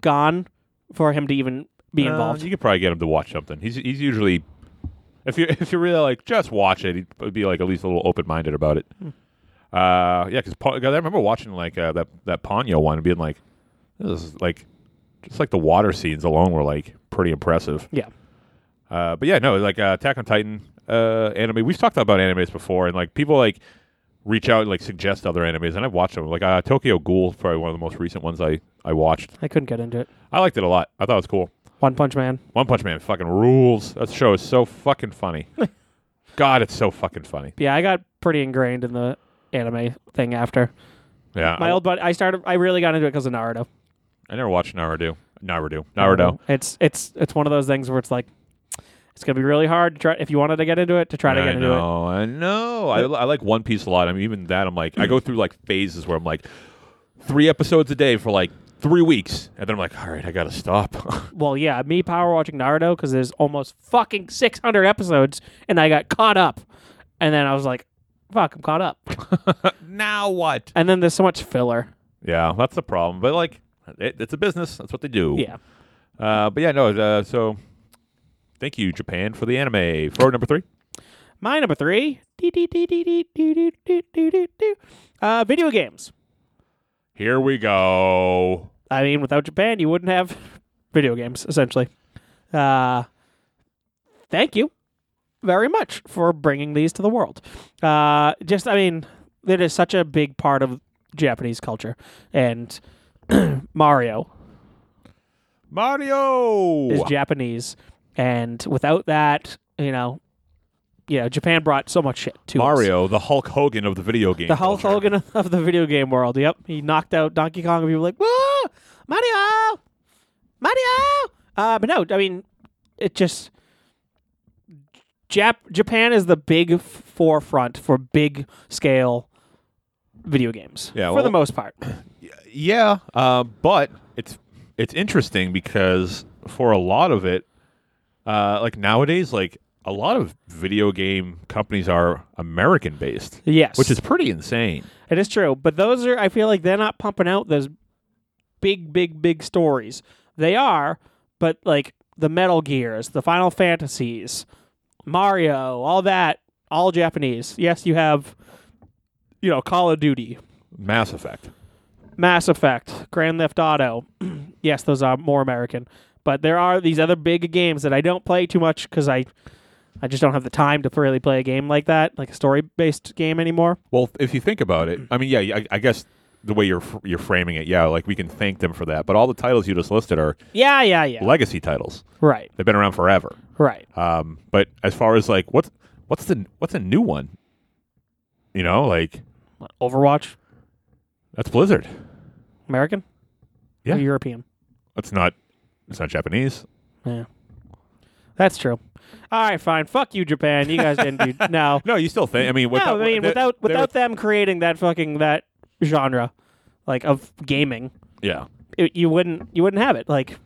gone for him to even be
Uh,
involved.
you could probably get him to watch something. He's he's usually if you if you really like just watch it, he'd be like at least a little open minded about it.
Hmm.
Uh, yeah, because I remember watching like uh, that that Ponyo one and being like, this is like just like the water scenes alone were like pretty impressive.
yeah,
Uh, but yeah, no, like uh, Attack on Titan uh, anime. We've talked about animes before, and like people like reach out and like suggest other animes, and I've watched them. Like uh, Tokyo Ghoul, is probably one of the most recent ones I I watched.
I couldn't get into it.
I liked it a lot. I thought it was cool.
One Punch Man.
One Punch Man fucking rules. That show is so fucking funny. God, it's so fucking funny.
Yeah, I got pretty ingrained in the anime thing after
Yeah,
my
I,
old buddy. I started. I really got into it because of Naruto.
I never watched Naruto. Naruto. Naruto.
It's it's it's one of those things where it's like it's gonna be really hard to try if you wanted to get into it to try to
I
get into it.
know, I know. I, I like One Piece a lot. I mean, even that, I'm like, I go through like phases where I'm like, three episodes a day for like three weeks, and then I'm like, all right, I gotta stop.
Well, yeah, me power watching Naruto because there's almost fucking 600 episodes, and I got caught up, and then I was like, "Fuck, I'm caught up."
now what?
and then there's so much filler.
Yeah, that's the problem. But like, it, it's a business. That's what they do.
Yeah,
Uh, but yeah, no. Uh, so, thank you, Japan, for the anime. For number three.
my number three. dee, dee, dee, dee, dee, dee, dee, dee, dee, dee, dee. Uh, video games.
Here we go.
I mean, without Japan, you wouldn't have video games, essentially. Uh, thank you very much for bringing these to the world. Uh, just, I mean, it is such a big part of Japanese culture. And Mario
Mario.
is Japanese. And without that, you know, you know, Japan brought so much shit to us.
Mario, the Hulk Hogan of the video game.
The Hulk
culture.
Hogan of- of the video game world. Yep. He knocked out Donkey Kong and people were like, Whoa! Mario! Mario! Uh, but no, I mean, it just. Jap- Japan is the big f- forefront for big scale video games
Yeah,
for
well-
the most part.
Yeah, uh, but it's it's interesting because for a lot of it, uh, like nowadays, like a lot of video game companies are American based,
Yes.
which is pretty insane.
It is true, but those are I feel like they're not pumping out those big, big, big stories. They are, but like the Metal Gears, the Final Fantasies, Mario, all that, all Japanese. Yes, you have, you know, Call of Duty,
Mass Effect.
Mass Effect, Grand Theft Auto. yes, those are more American, but there are these other big games that I don't play too much because I, I just don't have the time to really play a game like that, like a story based game anymore.
Well, if you think about it, I mean, yeah, I, I guess the way you're fr- you're framing it, yeah, like we can thank them for that. But all the titles you just listed are
Yeah, yeah, yeah.
legacy titles;
right,
they've been around forever.
right.
Um, but as far as like what's what's the what's a new one? You know, like
Overwatch,
that's Blizzard.
American?
Yeah.
Or European.
That's not it's not Japanese.
Yeah. That's true. All right, fine. Fuck you, Japan. You guys didn't do no.
No, you still think? I mean, without,
no, I mean
there-
without
there-
without them creating that fucking that genre, like of gaming,
yeah,
it, you wouldn't you wouldn't have it. Like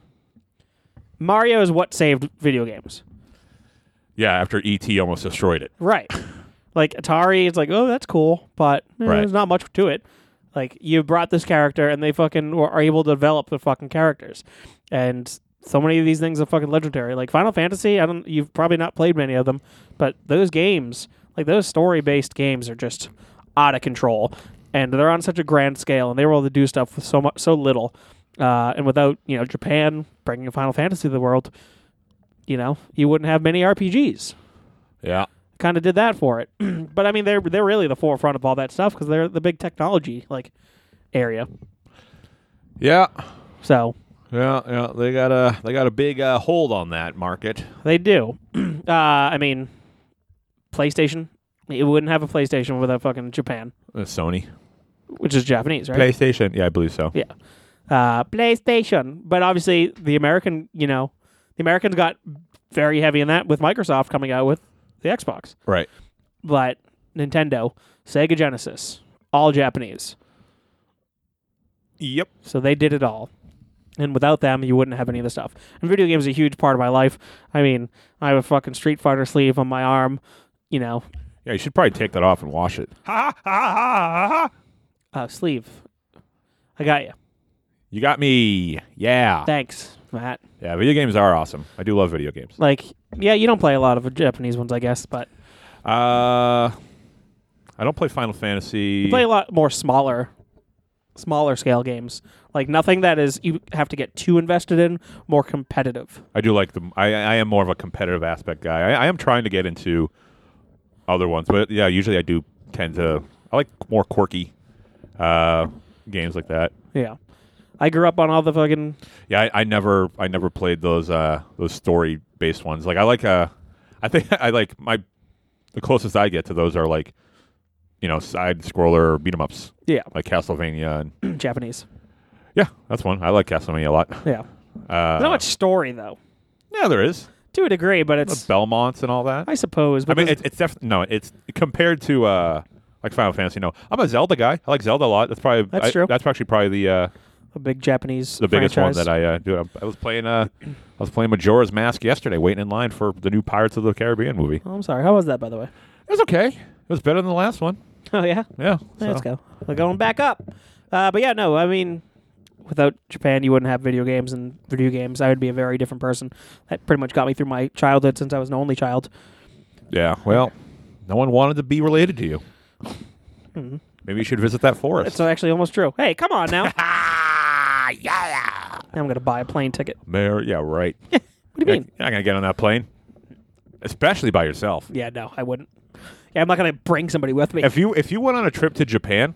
Mario is what saved video games,
yeah. After ET almost destroyed it,
right? like Atari is like, oh, that's cool, but eh,
Right.
there's not much to it. Like you brought this character, and they fucking were, are able to develop the fucking characters, and so many of these things are fucking legendary. Like Final Fantasy, I don't, you've probably not played many of them, but those games, like those story based games, are just out of control, and they're on such a grand scale, and they were able to do stuff with so much, so little, uh, and without you know Japan bringing Final Fantasy to the world, you know, you wouldn't have many RPGs
yeah.
kind of did that for it. but I mean, they're they're really the forefront of all that stuff because they're the big technology like area.
Yeah,
So
yeah, yeah. They got a they got a big uh, hold on that market.
they do. uh, I mean, PlayStation. It wouldn't have a PlayStation without fucking Japan,
Uh, Sony,
which is Japanese, right?
PlayStation. Yeah, I believe so.
Yeah. Uh, PlayStation. But obviously, the American, you know, the Americans got very heavy in that with Microsoft coming out with the Xbox.
Right.
But Nintendo, Sega Genesis, all Japanese.
Yep.
So they did it all. And without them, you wouldn't have any of the stuff. And video games are a huge part of my life. I mean, I have a fucking Street Fighter sleeve on my arm. You know,
Yeah, you should probably take that off and wash it. Ha ha ha ha ha.
Uh, sleeve. I got you.
You got me. Yeah.
Thanks, Matt.
yeah, video games are awesome. I do love video games.
Like, yeah, you don't play a lot of Japanese ones, I guess, but
Uh I don't play Final Fantasy.
you play a lot more smaller, smaller scale games. Like nothing that is you have to get too invested in. More competitive.
I do like them. I, I am more of a competitive aspect guy. I, I am trying to get into other ones, but yeah, usually I do tend to. I like more quirky uh, games like that.
Yeah. I grew up on all the fucking
Yeah, I, I never, I never played those uh, those story based ones. Like I like, uh, I think I like my the closest I get to those are like, you know, side scroller beat 'em ups
yeah
like Castlevania. And,
Japanese.
yeah, that's one. I like Castlevania a lot.
Yeah.
Uh,
There's not much story though,
yeah, there is
to a degree, but
the
it's
Belmonts and all that.
I suppose.
I
But
mean,
there's-
it's, it's definitely no. It's compared to uh, like Final Fantasy. No, I'm a Zelda guy. I like Zelda a lot. That's probably
That's
I-
true.
That's actually probably the uh,
a big Japanese.
the biggest
franchise.
one that I uh, do. I, I was playing uh, I was playing Majora's Mask yesterday, waiting in line for the new Pirates of the Caribbean movie.
Oh, I'm sorry. How was that, by the way?
It was okay. It was better than the last one.
Oh yeah.
Yeah,
Yeah, Let's
so.
go. We're going back up. Uh, but yeah, no, I mean, without Japan, you wouldn't have video games and video games. I would be a very different person. That pretty much got me through my childhood since I was an only child.
Yeah. Well, no one wanted to be related to you.
Hmm.
Maybe you should visit that forest.
It's actually almost true. Hey, come on now.
ah, yeah.
I'm going to buy a plane ticket.
Mayor, yeah, right.
What do you mean?
You're not gonna get on that plane, especially by yourself.
Yeah, no, I wouldn't. Yeah, I'm not going to bring somebody with me.
If you if you went on a trip to Japan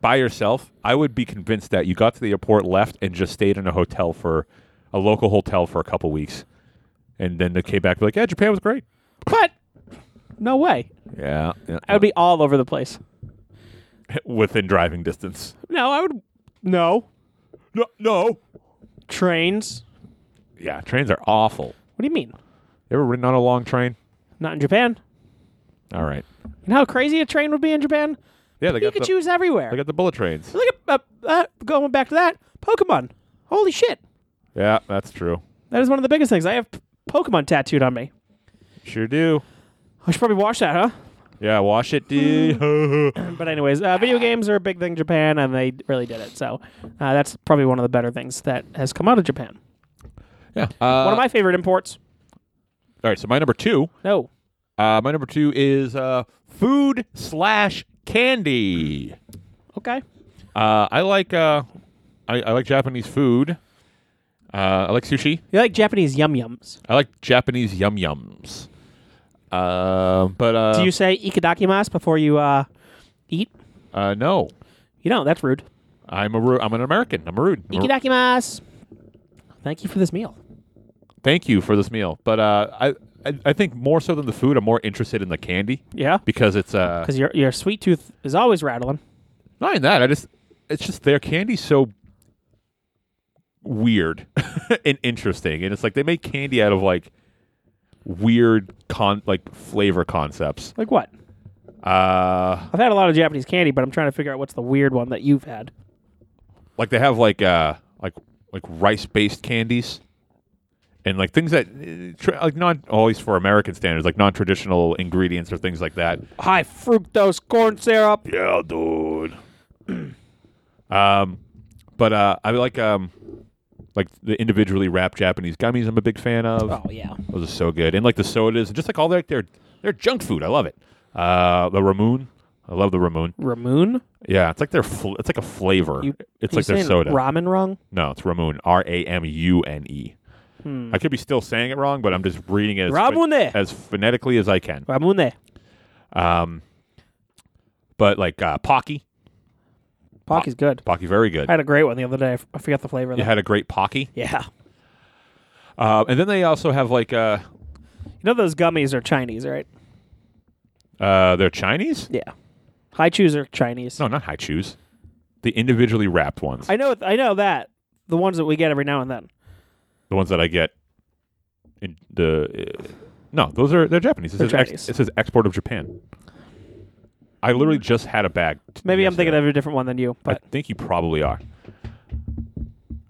by yourself, I would be convinced that you got to the airport, left, and just stayed in a hotel for a local hotel for a couple weeks, and then they came back and be like, "Yeah, Japan was great."
but no way.
Yeah, yeah.
I would be all over the place.
within driving distance.
No, I would. No.
No, no.
Trains.
Yeah, trains are awful.
What do you mean?
You ever ridden on a long train?
Not in Japan.
All right.
You know how crazy a train would be in Japan?
Yeah, they got the,
Pikachu's everywhere.
they got the bullet trains.
Look at uh, uh, going back to that Pokemon. Holy shit!
Yeah, that's true.
That is one of the biggest things. I have p- Pokemon tattooed on me.
Sure do.
I should probably wash that, huh?
Yeah, wash it, dude.
But anyways, uh, video games are a big thing in Japan, and they really did it. So uh, that's probably one of the better things that has come out of Japan.
yeah. Uh,
one of my favorite imports.
all right, so my number two
No,
Uh, my number two is uh, food slash candy.
okay.
Uh, I like uh, I, I like Japanese food. Uh, I like sushi.
You like Japanese yum yums?
I like Japanese yum yums. Uh, but uh,
Do you say ikadakimasu before you uh, eat?
uh, no,
You don't. That's rude.
I'm a ru- I'm an American. I'm a rude. I'm a-
Ikadakimasu. Thank you for this meal.
Thank you for this meal. But uh, I, I I think more so than the food, I'm more interested in the candy
Yeah,
because it's uh,
because your your sweet tooth is always rattling.
Not in that. I just it's just their candy's so weird and interesting. And it's like they make candy out of like weird con like flavor concepts.
Like what?
Uh
I've had a lot of Japanese candy, but I'm trying to figure out what's the weird one that you've had.
like they have like uh like like rice based candies and like things that uh, tr like not always for American standards, like non traditional ingredients or things like that.
High fructose corn syrup.
Yeah, dude. um, but uh, I like um, like the individually wrapped Japanese gummies. I'm a big fan of.
Oh yeah.
Those are so good, and like the sodas, and just like all their their their junk food. I love it. Uh, the Ramoon. I love the Ramoon.
Ramoon?
Yeah, it's like their fl- it's like a flavor.
You-
it's
Are you
like their
saying
soda.
Ramen wrong?
no, it's Ramoon. R A M U N E.
Hmm.
I could be still saying it wrong, but I'm just reading it as,
Ramune.
as phonetically as I can.
Ramune.
Um, but like uh, Pocky,
Pocky's good.
Pocky, very good.
I had a great one the other day. I f- I forgot the flavor.
You
though.
had a great Pocky.
yeah.
Uh, and then they also have like uh,
You know those gummies are Chinese, right?
uh, they're Chinese.
Yeah. High chews are Chinese.
No, not high chews. The individually wrapped ones,
I know. I know that. The ones that we get every now and then.
the ones that I get in the. Uh, no, those are they're Japanese. It
They're
says ex-
Chinese.
it says export of Japan. I literally just had a bag. t-
Maybe I'm thinking
yesterday.
of a different one than you, but
I think you probably are,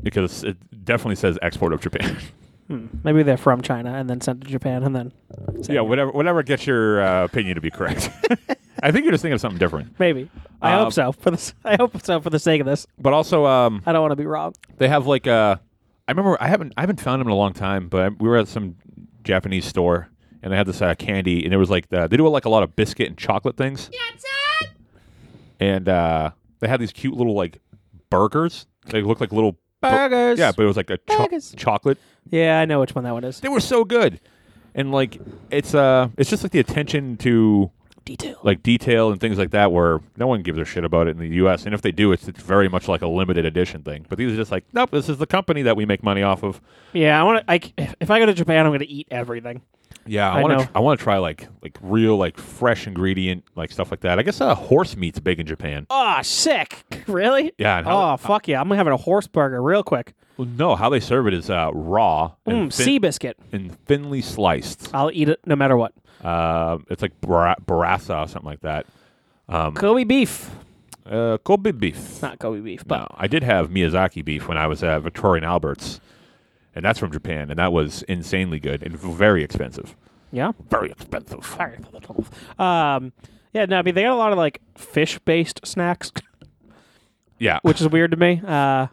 because it definitely says export of Japan.
Hmm. Maybe they're from China and then sent to Japan and then. sent
Yeah,
here.
whatever whatever gets your uh, opinion to be correct. I think you're just thinking of something different.
Maybe. I
Um,
hope so. For this, I hope so. For the sake of this,
But also, um,
I don't want to be wrong.
they have like uh, I remember I haven't I haven't found them in a long time, but I, we were at some Japanese store and they had this uh, candy and there was like the, they do like a lot of biscuit and chocolate things. And uh, they had these cute little like burgers. They looked like little bu-
Burgers.
yeah, but it was like a cho-
Burgers.
chocolate.
Yeah, I know which one that one is.
They were so good, and like it's uh it's just like the attention to
Detail.
like detail and things like that where no one gives a shit about it in the US. And if they do, it's, it's very much like a limited edition thing. But these are just like, nope, this is the company that we make money off of.
Yeah, I want to. I, c- if- if I go to Japan, I'm going to eat everything.
Yeah, I
I
want
know.
to I want to try like like real like fresh ingredient like stuff like that. I guess uh, horse meat's big in Japan.
Oh, sick! really?
Yeah, and how
Oh, fuck yeah! I'm having a horse burger real quick.
well, no, how they serve it is uh, raw and,
Mm,
thin-
sea biscuit.
and thinly sliced.
I'll eat it no matter what.
Uh, it's like bara- barasa or something like that.
Kobe beef.
Uh, Kobe beef.
Not Kobe beef, but
No, I did have Miyazaki beef when I was at Victorian Alberts, and that's from Japan, and that was insanely good and very expensive.
yeah.
Very expensive.
Sorry for the trouble. Um, yeah, no, I mean they got a lot of like fish-based snacks,
Yeah.
which is weird to me. Uh,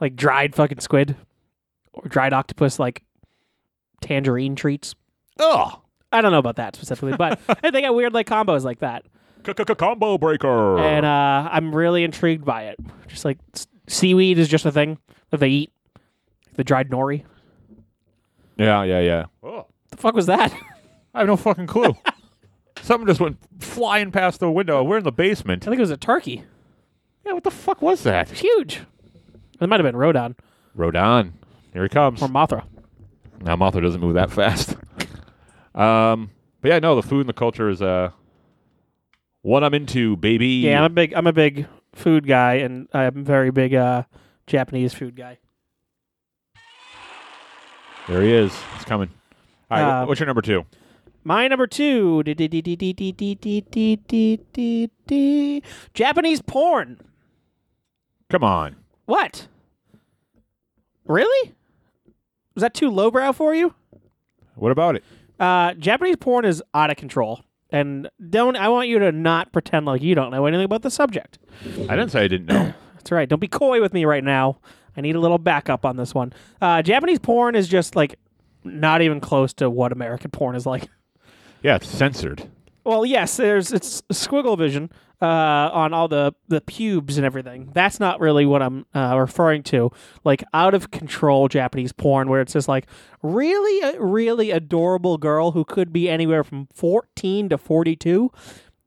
like dried fucking squid or dried octopus, like tangerine treats.
oh,
I don't know about that specifically, but they got weird like combos like that.
combo breaker.
and uh, I'm really intrigued by it. Just like s- seaweed is just a thing that they eat. The dried nori.
yeah, yeah, yeah.
The fuck was that?
I
I
have no fucking clue. Something just went flying past the window. We're in the basement.
think it was a turkey.
Yeah, what the fuck was that?
It's huge. It might have been Rodon
Rodon. Here he comes.
or Mothra.
Now Mothra doesn't move that fast. um, but yeah, no, the food and the culture is uh, what I'm into, baby.
Yeah, I'm a big I'm a big food guy, and I'm a very big uh, Japanese food guy.
There he is. He's coming. All right. wh-
Uh,
what's your number two?
My number two, Japanese porn.
Come on.
What? Really? Was that too lowbrow for you?
What about it?
Uh, Japanese porn is out of control, and don't I want you to not pretend like you don't know anything about the subject.
I didn't say I didn't know.
That's right. Don't be coy with me right now. I need a little backup on this one. Uh, Japanese porn is just like not even close to what American porn is like.
yeah, it's censored.
Well, yes, there's it's squiggle vision uh, on all the the pubes and everything. That's not really what I'm uh, referring to. Like out of control Japanese porn, where it's just like really, a really adorable girl who could be anywhere from 14 to 42,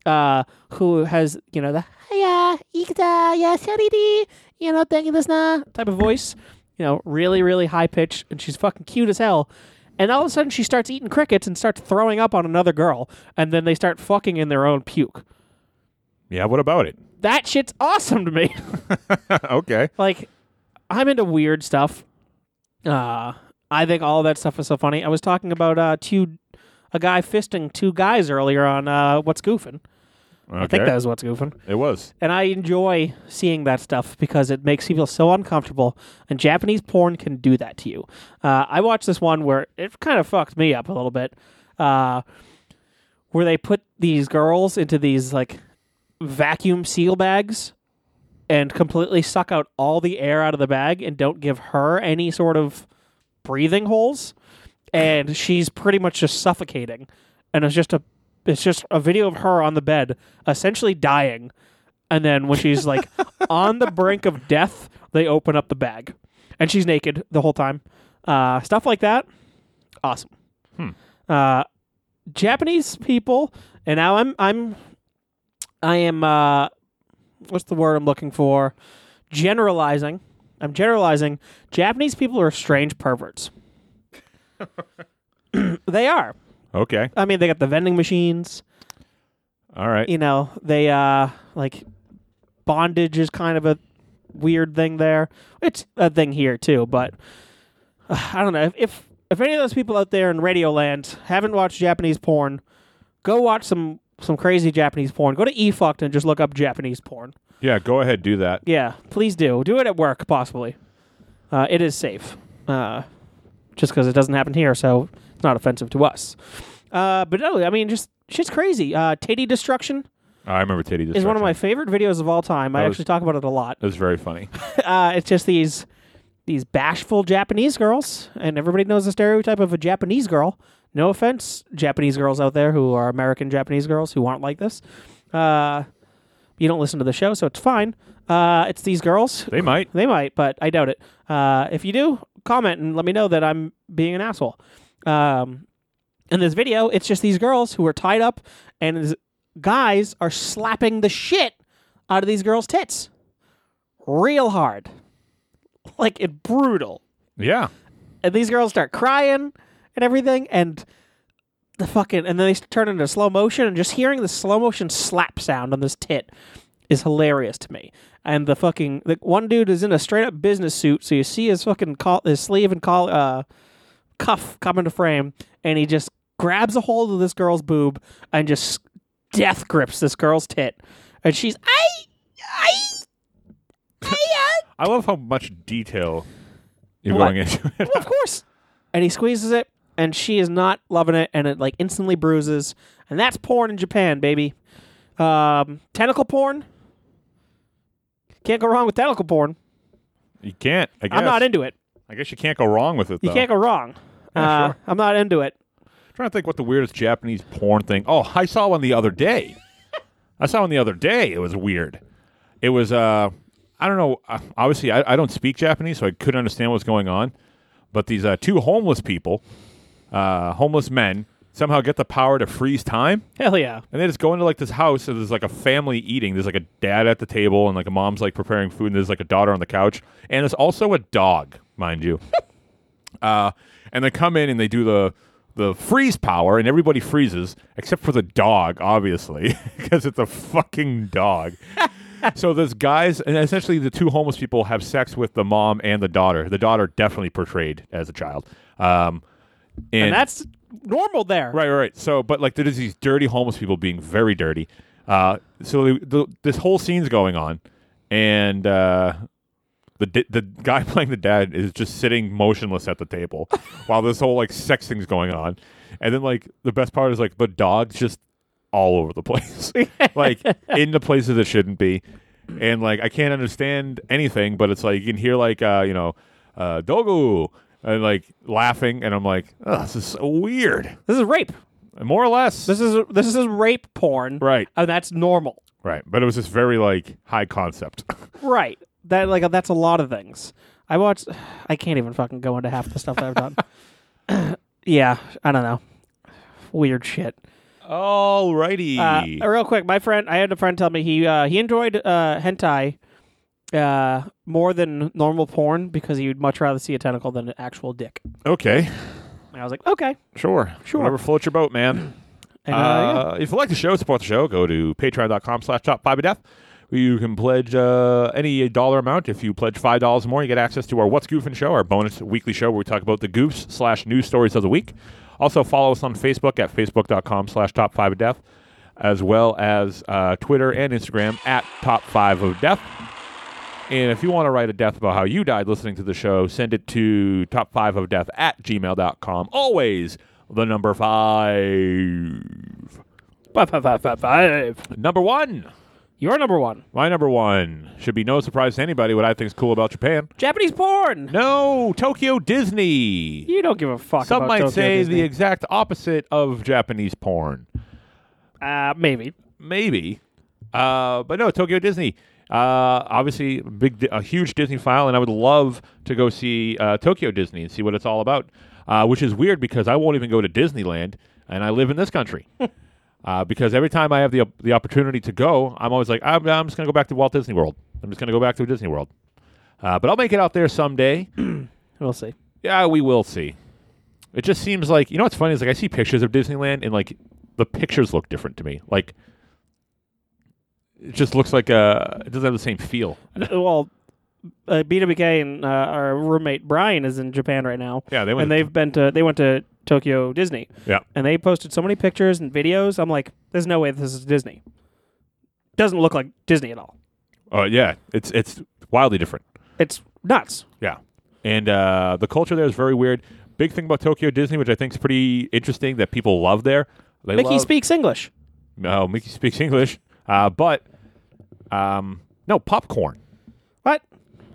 uh, who has you know the hiya ikita ya seriri you know thank you this na type of voice, you know, really, really high pitched, and she's fucking cute as hell. And all of a sudden, she starts eating crickets and starts throwing up on another girl, and then they start fucking in their own puke.
Yeah, what about it?
That shit's awesome to me.
okay.
like, I'm into weird stuff. Uh, I think all that stuff is so funny. I was talking about uh, two, a guy fisting two guys earlier on uh, What's Goofing.
okay.
I think that was What's Goofing.
it was.
And I enjoy seeing that stuff because it makes you feel so uncomfortable. And Japanese porn can do that to you. Uh, I watched this one where it kind of fucked me up a little bit, uh, where they put these girls into these like vacuum seal bags and completely suck out all the air out of the bag and don't give her any sort of breathing holes and she's pretty much just suffocating and it's just a it's just a video of her on the bed essentially dying and then when she's like on the brink of death they open up the bag and she's naked the whole time uh, stuff like that awesome uh, japanese people and now i'm i'm i am uh, what's the word i'm looking for generalizing i'm generalizing japanese people are strange perverts they are
Okay.
i mean they got the vending machines
All right.
you know they uh like bondage is kind of a weird thing there it's a thing here too but uh, i don't know if, if if any of those people out there in radio land haven't watched japanese porn go watch some some crazy japanese porn go to efucked and just look up japanese porn
Yeah, go ahead, do that.
yeah please do do it at work possibly uh, it is safe uh just because it doesn't happen here, so it's not offensive to us. Uh, but no, I mean, just shit's crazy. Uh, Titty Destruction
I remember Titty Destruction.
is one of my favorite videos of all time. I
That was-
actually talk about it a lot.
It was very funny.
Uh, it's just these these bashful Japanese girls, and everybody knows the stereotype of a Japanese girl. No offense, Japanese girls out there who are American Japanese girls who aren't like this. Uh, you don't listen to the show, so it's fine. Uh, it's these girls.
They might.
They might, but I doubt it. Uh, if you do, comment and let me know that I'm being an asshole. Um, in this video, it's just these girls who are tied up, and these guys are slapping the shit out of these girls' tits, real hard, like it brutal.
Yeah.
And these girls start crying and everything, and the fucking and then they turn into slow motion, and just hearing the slow motion slap sound on this tit is hilarious to me. And the fucking the one dude is in a straight up business suit, so you see his fucking call his sleeve and call uh cuff come into frame, and he just grabs a hold of this girl's boob and just death grips this girl's tit, and she's I I I.
I love how much detail you're
What?
going into it.
Well, of course. And he squeezes it, and she is not loving it, and it like instantly bruises. And that's porn in Japan, baby. Um, tentacle porn. Can't go wrong with tentacle porn.
You can't. I guess.
I'm not into it.
I guess you can't go wrong with it. Though.
You can't go wrong.
Yeah,
Uh,
sure.
I'm not into it.
I'm trying to think what the weirdest Japanese porn thing. Oh, I saw one the other day. I saw one the other day. It was weird. It was. uh I don't know. uh, Obviously, I, I don't speak Japanese, so I couldn't understand what's going on. But these uh, two homeless people, uh, homeless men, somehow get the power to freeze time.
Hell yeah.
And they just go into like this house, and there's like a family eating. There's like a dad at the table, and like a mom's like preparing food, and there's like a daughter on the couch, and there's also a dog, mind you. uh, and they come in and they do the the freeze power, and everybody freezes except for the dog, obviously, because it's a fucking dog. so there's guys, and essentially the two homeless people have sex with the mom and the daughter. The daughter definitely portrayed as a child. Um,
And that's normal there.
Right, right, right. So, but like, there's these dirty homeless people being very dirty. Uh, so the, the, this whole scene's going on, and uh, the di- the guy playing the dad is just sitting motionless at the table while this whole like sex thing's going on. And then like the best part is like the dog's just all over the place, like in the places it shouldn't be. And like I can't understand anything, but it's like you can hear like uh, you know, uh, dogu and like laughing, and I'm like, oh, this is so weird.
This is rape.
More or less.
This is this is rape porn.
right.
And that's normal.
Right. But it was just very like high concept.
Right. That like that's a lot of things. I watched. I can't even fucking go into half the stuff that I've done. yeah, I don't know. Weird shit. Uh,
Alrighty.
real quick, my friend, I had a friend tell me he uh, he enjoyed uh, hentai uh, more than normal porn because he would much rather see a tentacle than an actual dick.
okay.
And I was like, okay.
Sure.
Sure.
Whatever floats your boat, man.
And, yeah.
Uh, If you like the show, support the show, go to patreon.com slash top five of death. You can pledge uh, any dollar amount. If you pledge five dollars more, you get access to our What's Goofing show, our bonus weekly show where we talk about the goofs slash news stories of the week. Also follow us on Facebook at facebook.com slash top five of death, as well as uh, Twitter and Instagram at top five of death. And if you want to write a death about how you died listening to the show, send it to top five of death at gmail.com. Always the number five.
Five, five, five, five, five.
Number one.
You're number one.
My number one should be no surprise to anybody what I think's cool about Japan.
Japanese porn.
No, Tokyo Disney.
You don't give a fuck.
Some
about
might
Tokyo
say the
Disney.
exact opposite of Japanese porn.
uh, maybe.
Maybe. Uh, but no, Tokyo Disney. Uh, obviously, a big, a huge Disney file, and I would love to go see uh, Tokyo Disney and see what it's all about. Uh, which is weird because I won't even go to Disneyland, and I live in this country. uh, because every time I have the the opportunity to go, I'm always like, I'm, I'm just gonna go back to Walt Disney World. I'm just gonna go back to Disney World. Uh, but I'll make it out there someday.
We'll see.
Yeah, we will see. It just seems like you know what's funny is like I see pictures of Disneyland and like the pictures look different to me. Like it just looks like a it doesn't have the same feel.
well, uh, BWK and uh, our roommate Brian is in Japan right now.
Yeah, they went
and
to-
they've been to they went to Tokyo Disney.
Yeah.
and they posted so many pictures and videos. I'm like, there's no way this is Disney. Doesn't look like Disney at all.
Oh yeah, it's it's wildly different.
It's nuts.
Yeah, and uh, the culture there is very weird. Big thing about Tokyo Disney, which I think is pretty interesting, that people love there. They
Mickey
love-
speaks English.
No, Mickey speaks English, uh, but um, no popcorn.
What?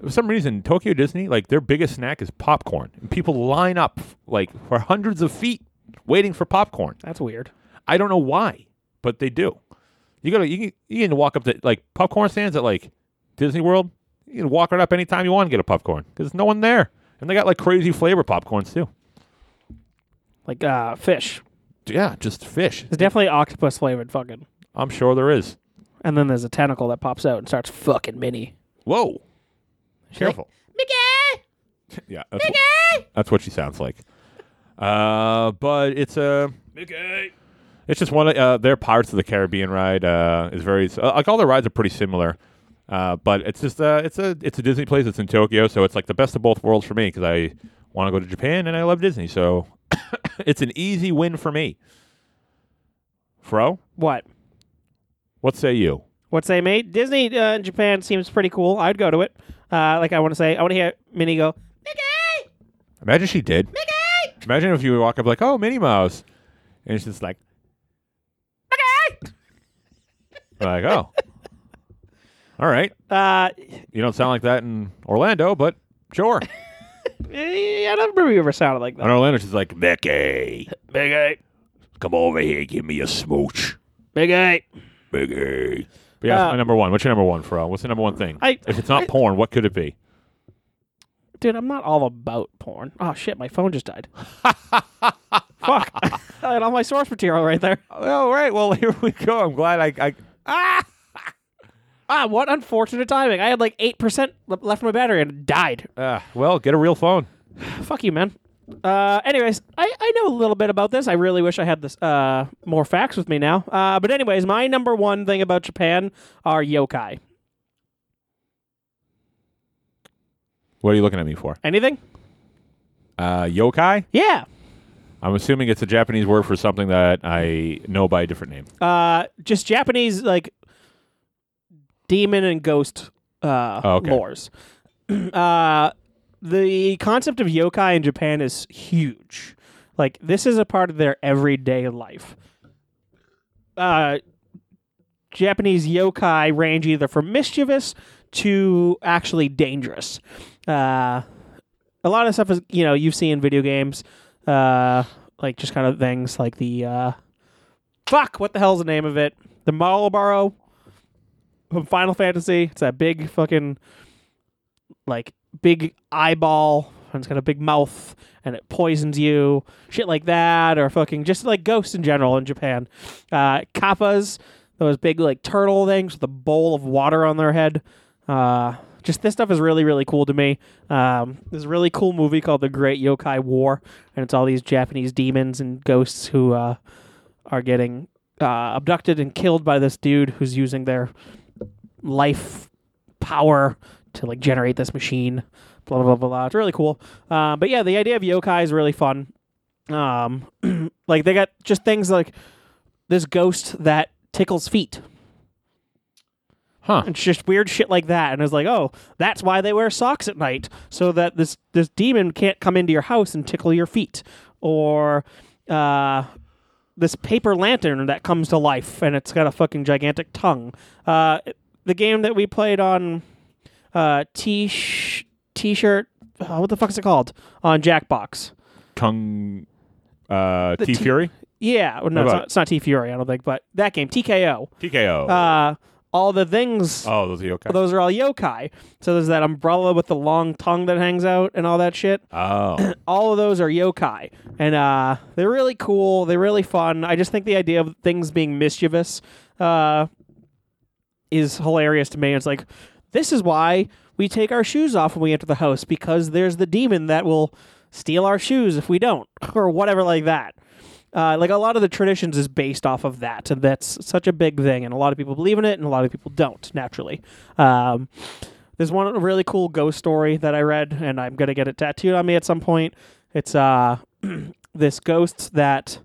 For some reason, Tokyo Disney, like their biggest snack is popcorn, and people line up like for hundreds of feet waiting for popcorn.
That's weird.
I don't know why, but they do. You gotta you can, you can walk up to like popcorn stands at like Disney World. You can walk right up anytime you want and get a popcorn because there's no one there, and they got like crazy flavor popcorns too.
Like uh, fish.
Yeah, just fish.
There's definitely octopus flavored fucking.
I'm sure there is.
And then there's a tentacle that pops out and starts fucking Minnie.
Whoa,
She's like,
careful. Mickey. yeah, that's, Mickey! that's what she sounds like. Uh, but it's a Mickey. It's just one of uh, their Pirates of the Caribbean ride. Uh, is very uh, like all their rides are pretty similar. Uh, but it's just uh, it's a it's a Disney place. It's in Tokyo, so it's like the best of both worlds for me because I want to go to Japan and I love Disney, so it's an easy win for me. Fro,
What?
what say you?
What say, mate? Disney uh, in Japan seems pretty cool. I'd go to it. Uh, like I want to say, I want to hear Minnie go.
Imagine she did. Mickey! Imagine if you walk up like, oh, Minnie Mouse. And she's just like, Mickey! like, oh. All right.
Uh,
You don't sound like that in Orlando, but sure.
eh, I don't remember you ever sounded like
In
that.
Orlando, she's like, Mickey,
Big eight,
come over here. Give me a smooch.
big eight.
Mickey. But yeah, that's
Uh,
my number one. What's your number one, Fro? What's the number one thing?
I-
if it's not
I-
porn, what could it be?
Dude, I'm not all about porn. Oh shit, my phone just died. Fuck. I had all my source material right there.
Oh, right. Well, here we go. I'm glad I. I
Ah, what unfortunate timing. I had like 8% le- left in my battery and it died.
uh, well, get a real phone.
Fuck you, man. Uh, anyways, I, I know a little bit about this. I really wish I had this uh, more facts with me now. Uh, but anyways, my number one thing about Japan are yokai.
What are you looking at me for?
Anything?
Uh, yokai?
Yeah.
I'm assuming it's a Japanese word for something that I know by a different name.
Uh, just Japanese like demon and ghost uh,
Oh, okay.
lores. uh, the concept of yokai in Japan is huge. Like this is a part of their everyday life. Uh, Japanese yokai range either from mischievous to actually dangerous. Uh, a lot of stuff is you know you've seen in video games, uh, like just kind of things like the uh, fuck what the hell's the name of it? The Marlboro from Final Fantasy. It's that big fucking like big eyeball and it's got a big mouth and it poisons you. Shit like that or fucking just like ghosts in general in Japan. Uh kappas, those big like turtle things with a bowl of water on their head. Uh just this stuff is really really cool to me. Um, there's a really cool movie called The Great Yokai War, and it's all these Japanese demons and ghosts who uh, are getting uh, abducted and killed by this dude who's using their life power to like generate this machine. Blah blah blah blah. It's really cool. Uh, but yeah, the idea of yokai is really fun. Um, like they got just things like this ghost that tickles feet
Huh.
and just weird shit like that. And it's like, oh, that's why they wear socks at night, so that this this demon can't come into your house and tickle your feet, or uh, this paper lantern that comes to life and it's got a fucking gigantic tongue. Uh, the game that we played on uh, t t-shirt, uh, what the fuck is it called on Jackbox?
Kung uh, T
T-
Fury?
Yeah, well, no,
What
it's
about-
not, it's not T Fury, I don't think, but that game TKO.
TKO.
Uh, all the things
oh, those are yokai.
Those are all yokai. So there's that umbrella with the long tongue that hangs out and all that shit.
oh.
All of those are yokai. And uh, they're really cool. They're really fun. I just think the idea of things being mischievous uh, is hilarious to me. It's like, this is why we take our shoes off when we enter the house because there's the demon that will steal our shoes if we don't, or whatever like that. Uh, like a lot of the traditions is based off of that, and that's such a big thing. And a lot of people believe in it, and a lot of people don't naturally. Um, there's one really cool ghost story that I read, and I'm gonna get it tattooed on me at some point. It's uh, this ghost that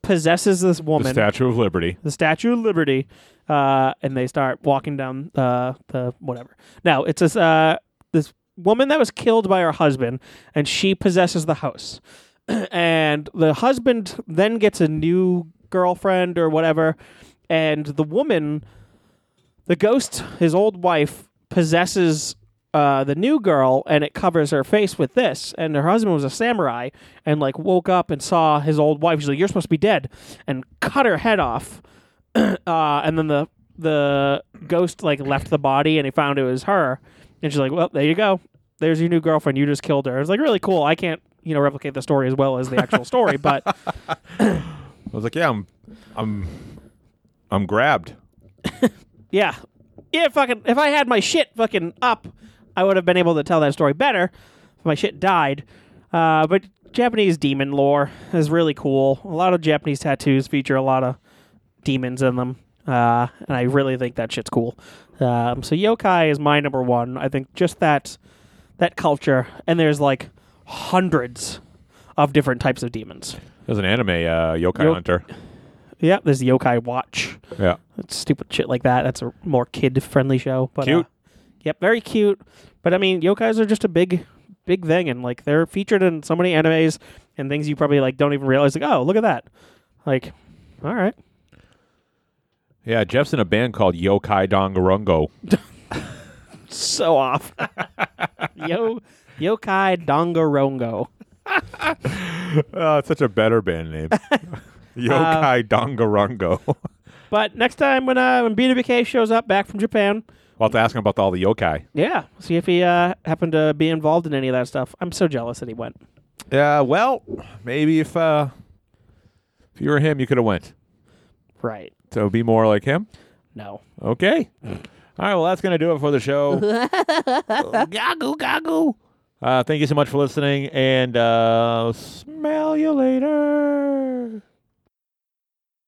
possesses this
the
woman
Statue of Liberty.
the Statue of Liberty, uh, and they start walking down uh, the whatever. Now it's this uh, this woman that was killed by her husband, and she possesses the house. and the husband then gets a new girlfriend or whatever, and the woman, the ghost, his old wife, possesses. Uh, the new girl, and it covers her face with this. And her husband was a samurai, and like woke up and saw his old wife. She's like, "You're supposed to be dead," and cut her head off uh, and then the the ghost like left the body and he found it was her and she's like well there you go there's your new girlfriend you just killed her it's like really cool i can't you know replicate the story as well as the actual story but
I was like, yeah, I'm, I'm, I'm grabbed.
yeah yeah fucking if i had my shit fucking up i would have been able to tell that story better if my shit died uh, but japanese demon lore is really cool a lot of japanese tattoos feature a lot of demons in them. Uh, and I really think that shit's cool. Um, so yokai is my number one. I think just that that culture, and there's like hundreds of different types of demons.
There's an anime, uh, Yokai
Yo-
Hunter.
Yeah, there's yokai watch.
Yeah.
It's stupid shit like that. That's a more kid friendly show. But,
Cute.
Uh, yep, very cute. But I mean, yokais are just a big, big thing, and like they're featured in so many animes and things you probably like don't even realize. Like, oh, look at that. Like, all right.
Yeah, Jeff's in a band called Yokai Dongarongo.
so off. Yo, yokai dongarongo.
Oh, it's such a better band name. Yokai Dongarongo.
But next time when uh, when BWK shows up back from Japan,
I'll have to ask him about all the yokai.
yeah, see if he uh, happened to be involved in any of that stuff. I'm so jealous that he went.
Yeah, well, maybe if uh, if you were him, you could have went.
Right?
So be more like him.
No.
Okay. All right. Well, that's going to do it for the show. gagu, gagu. Uh, thank you so much for listening, and uh, smell you later.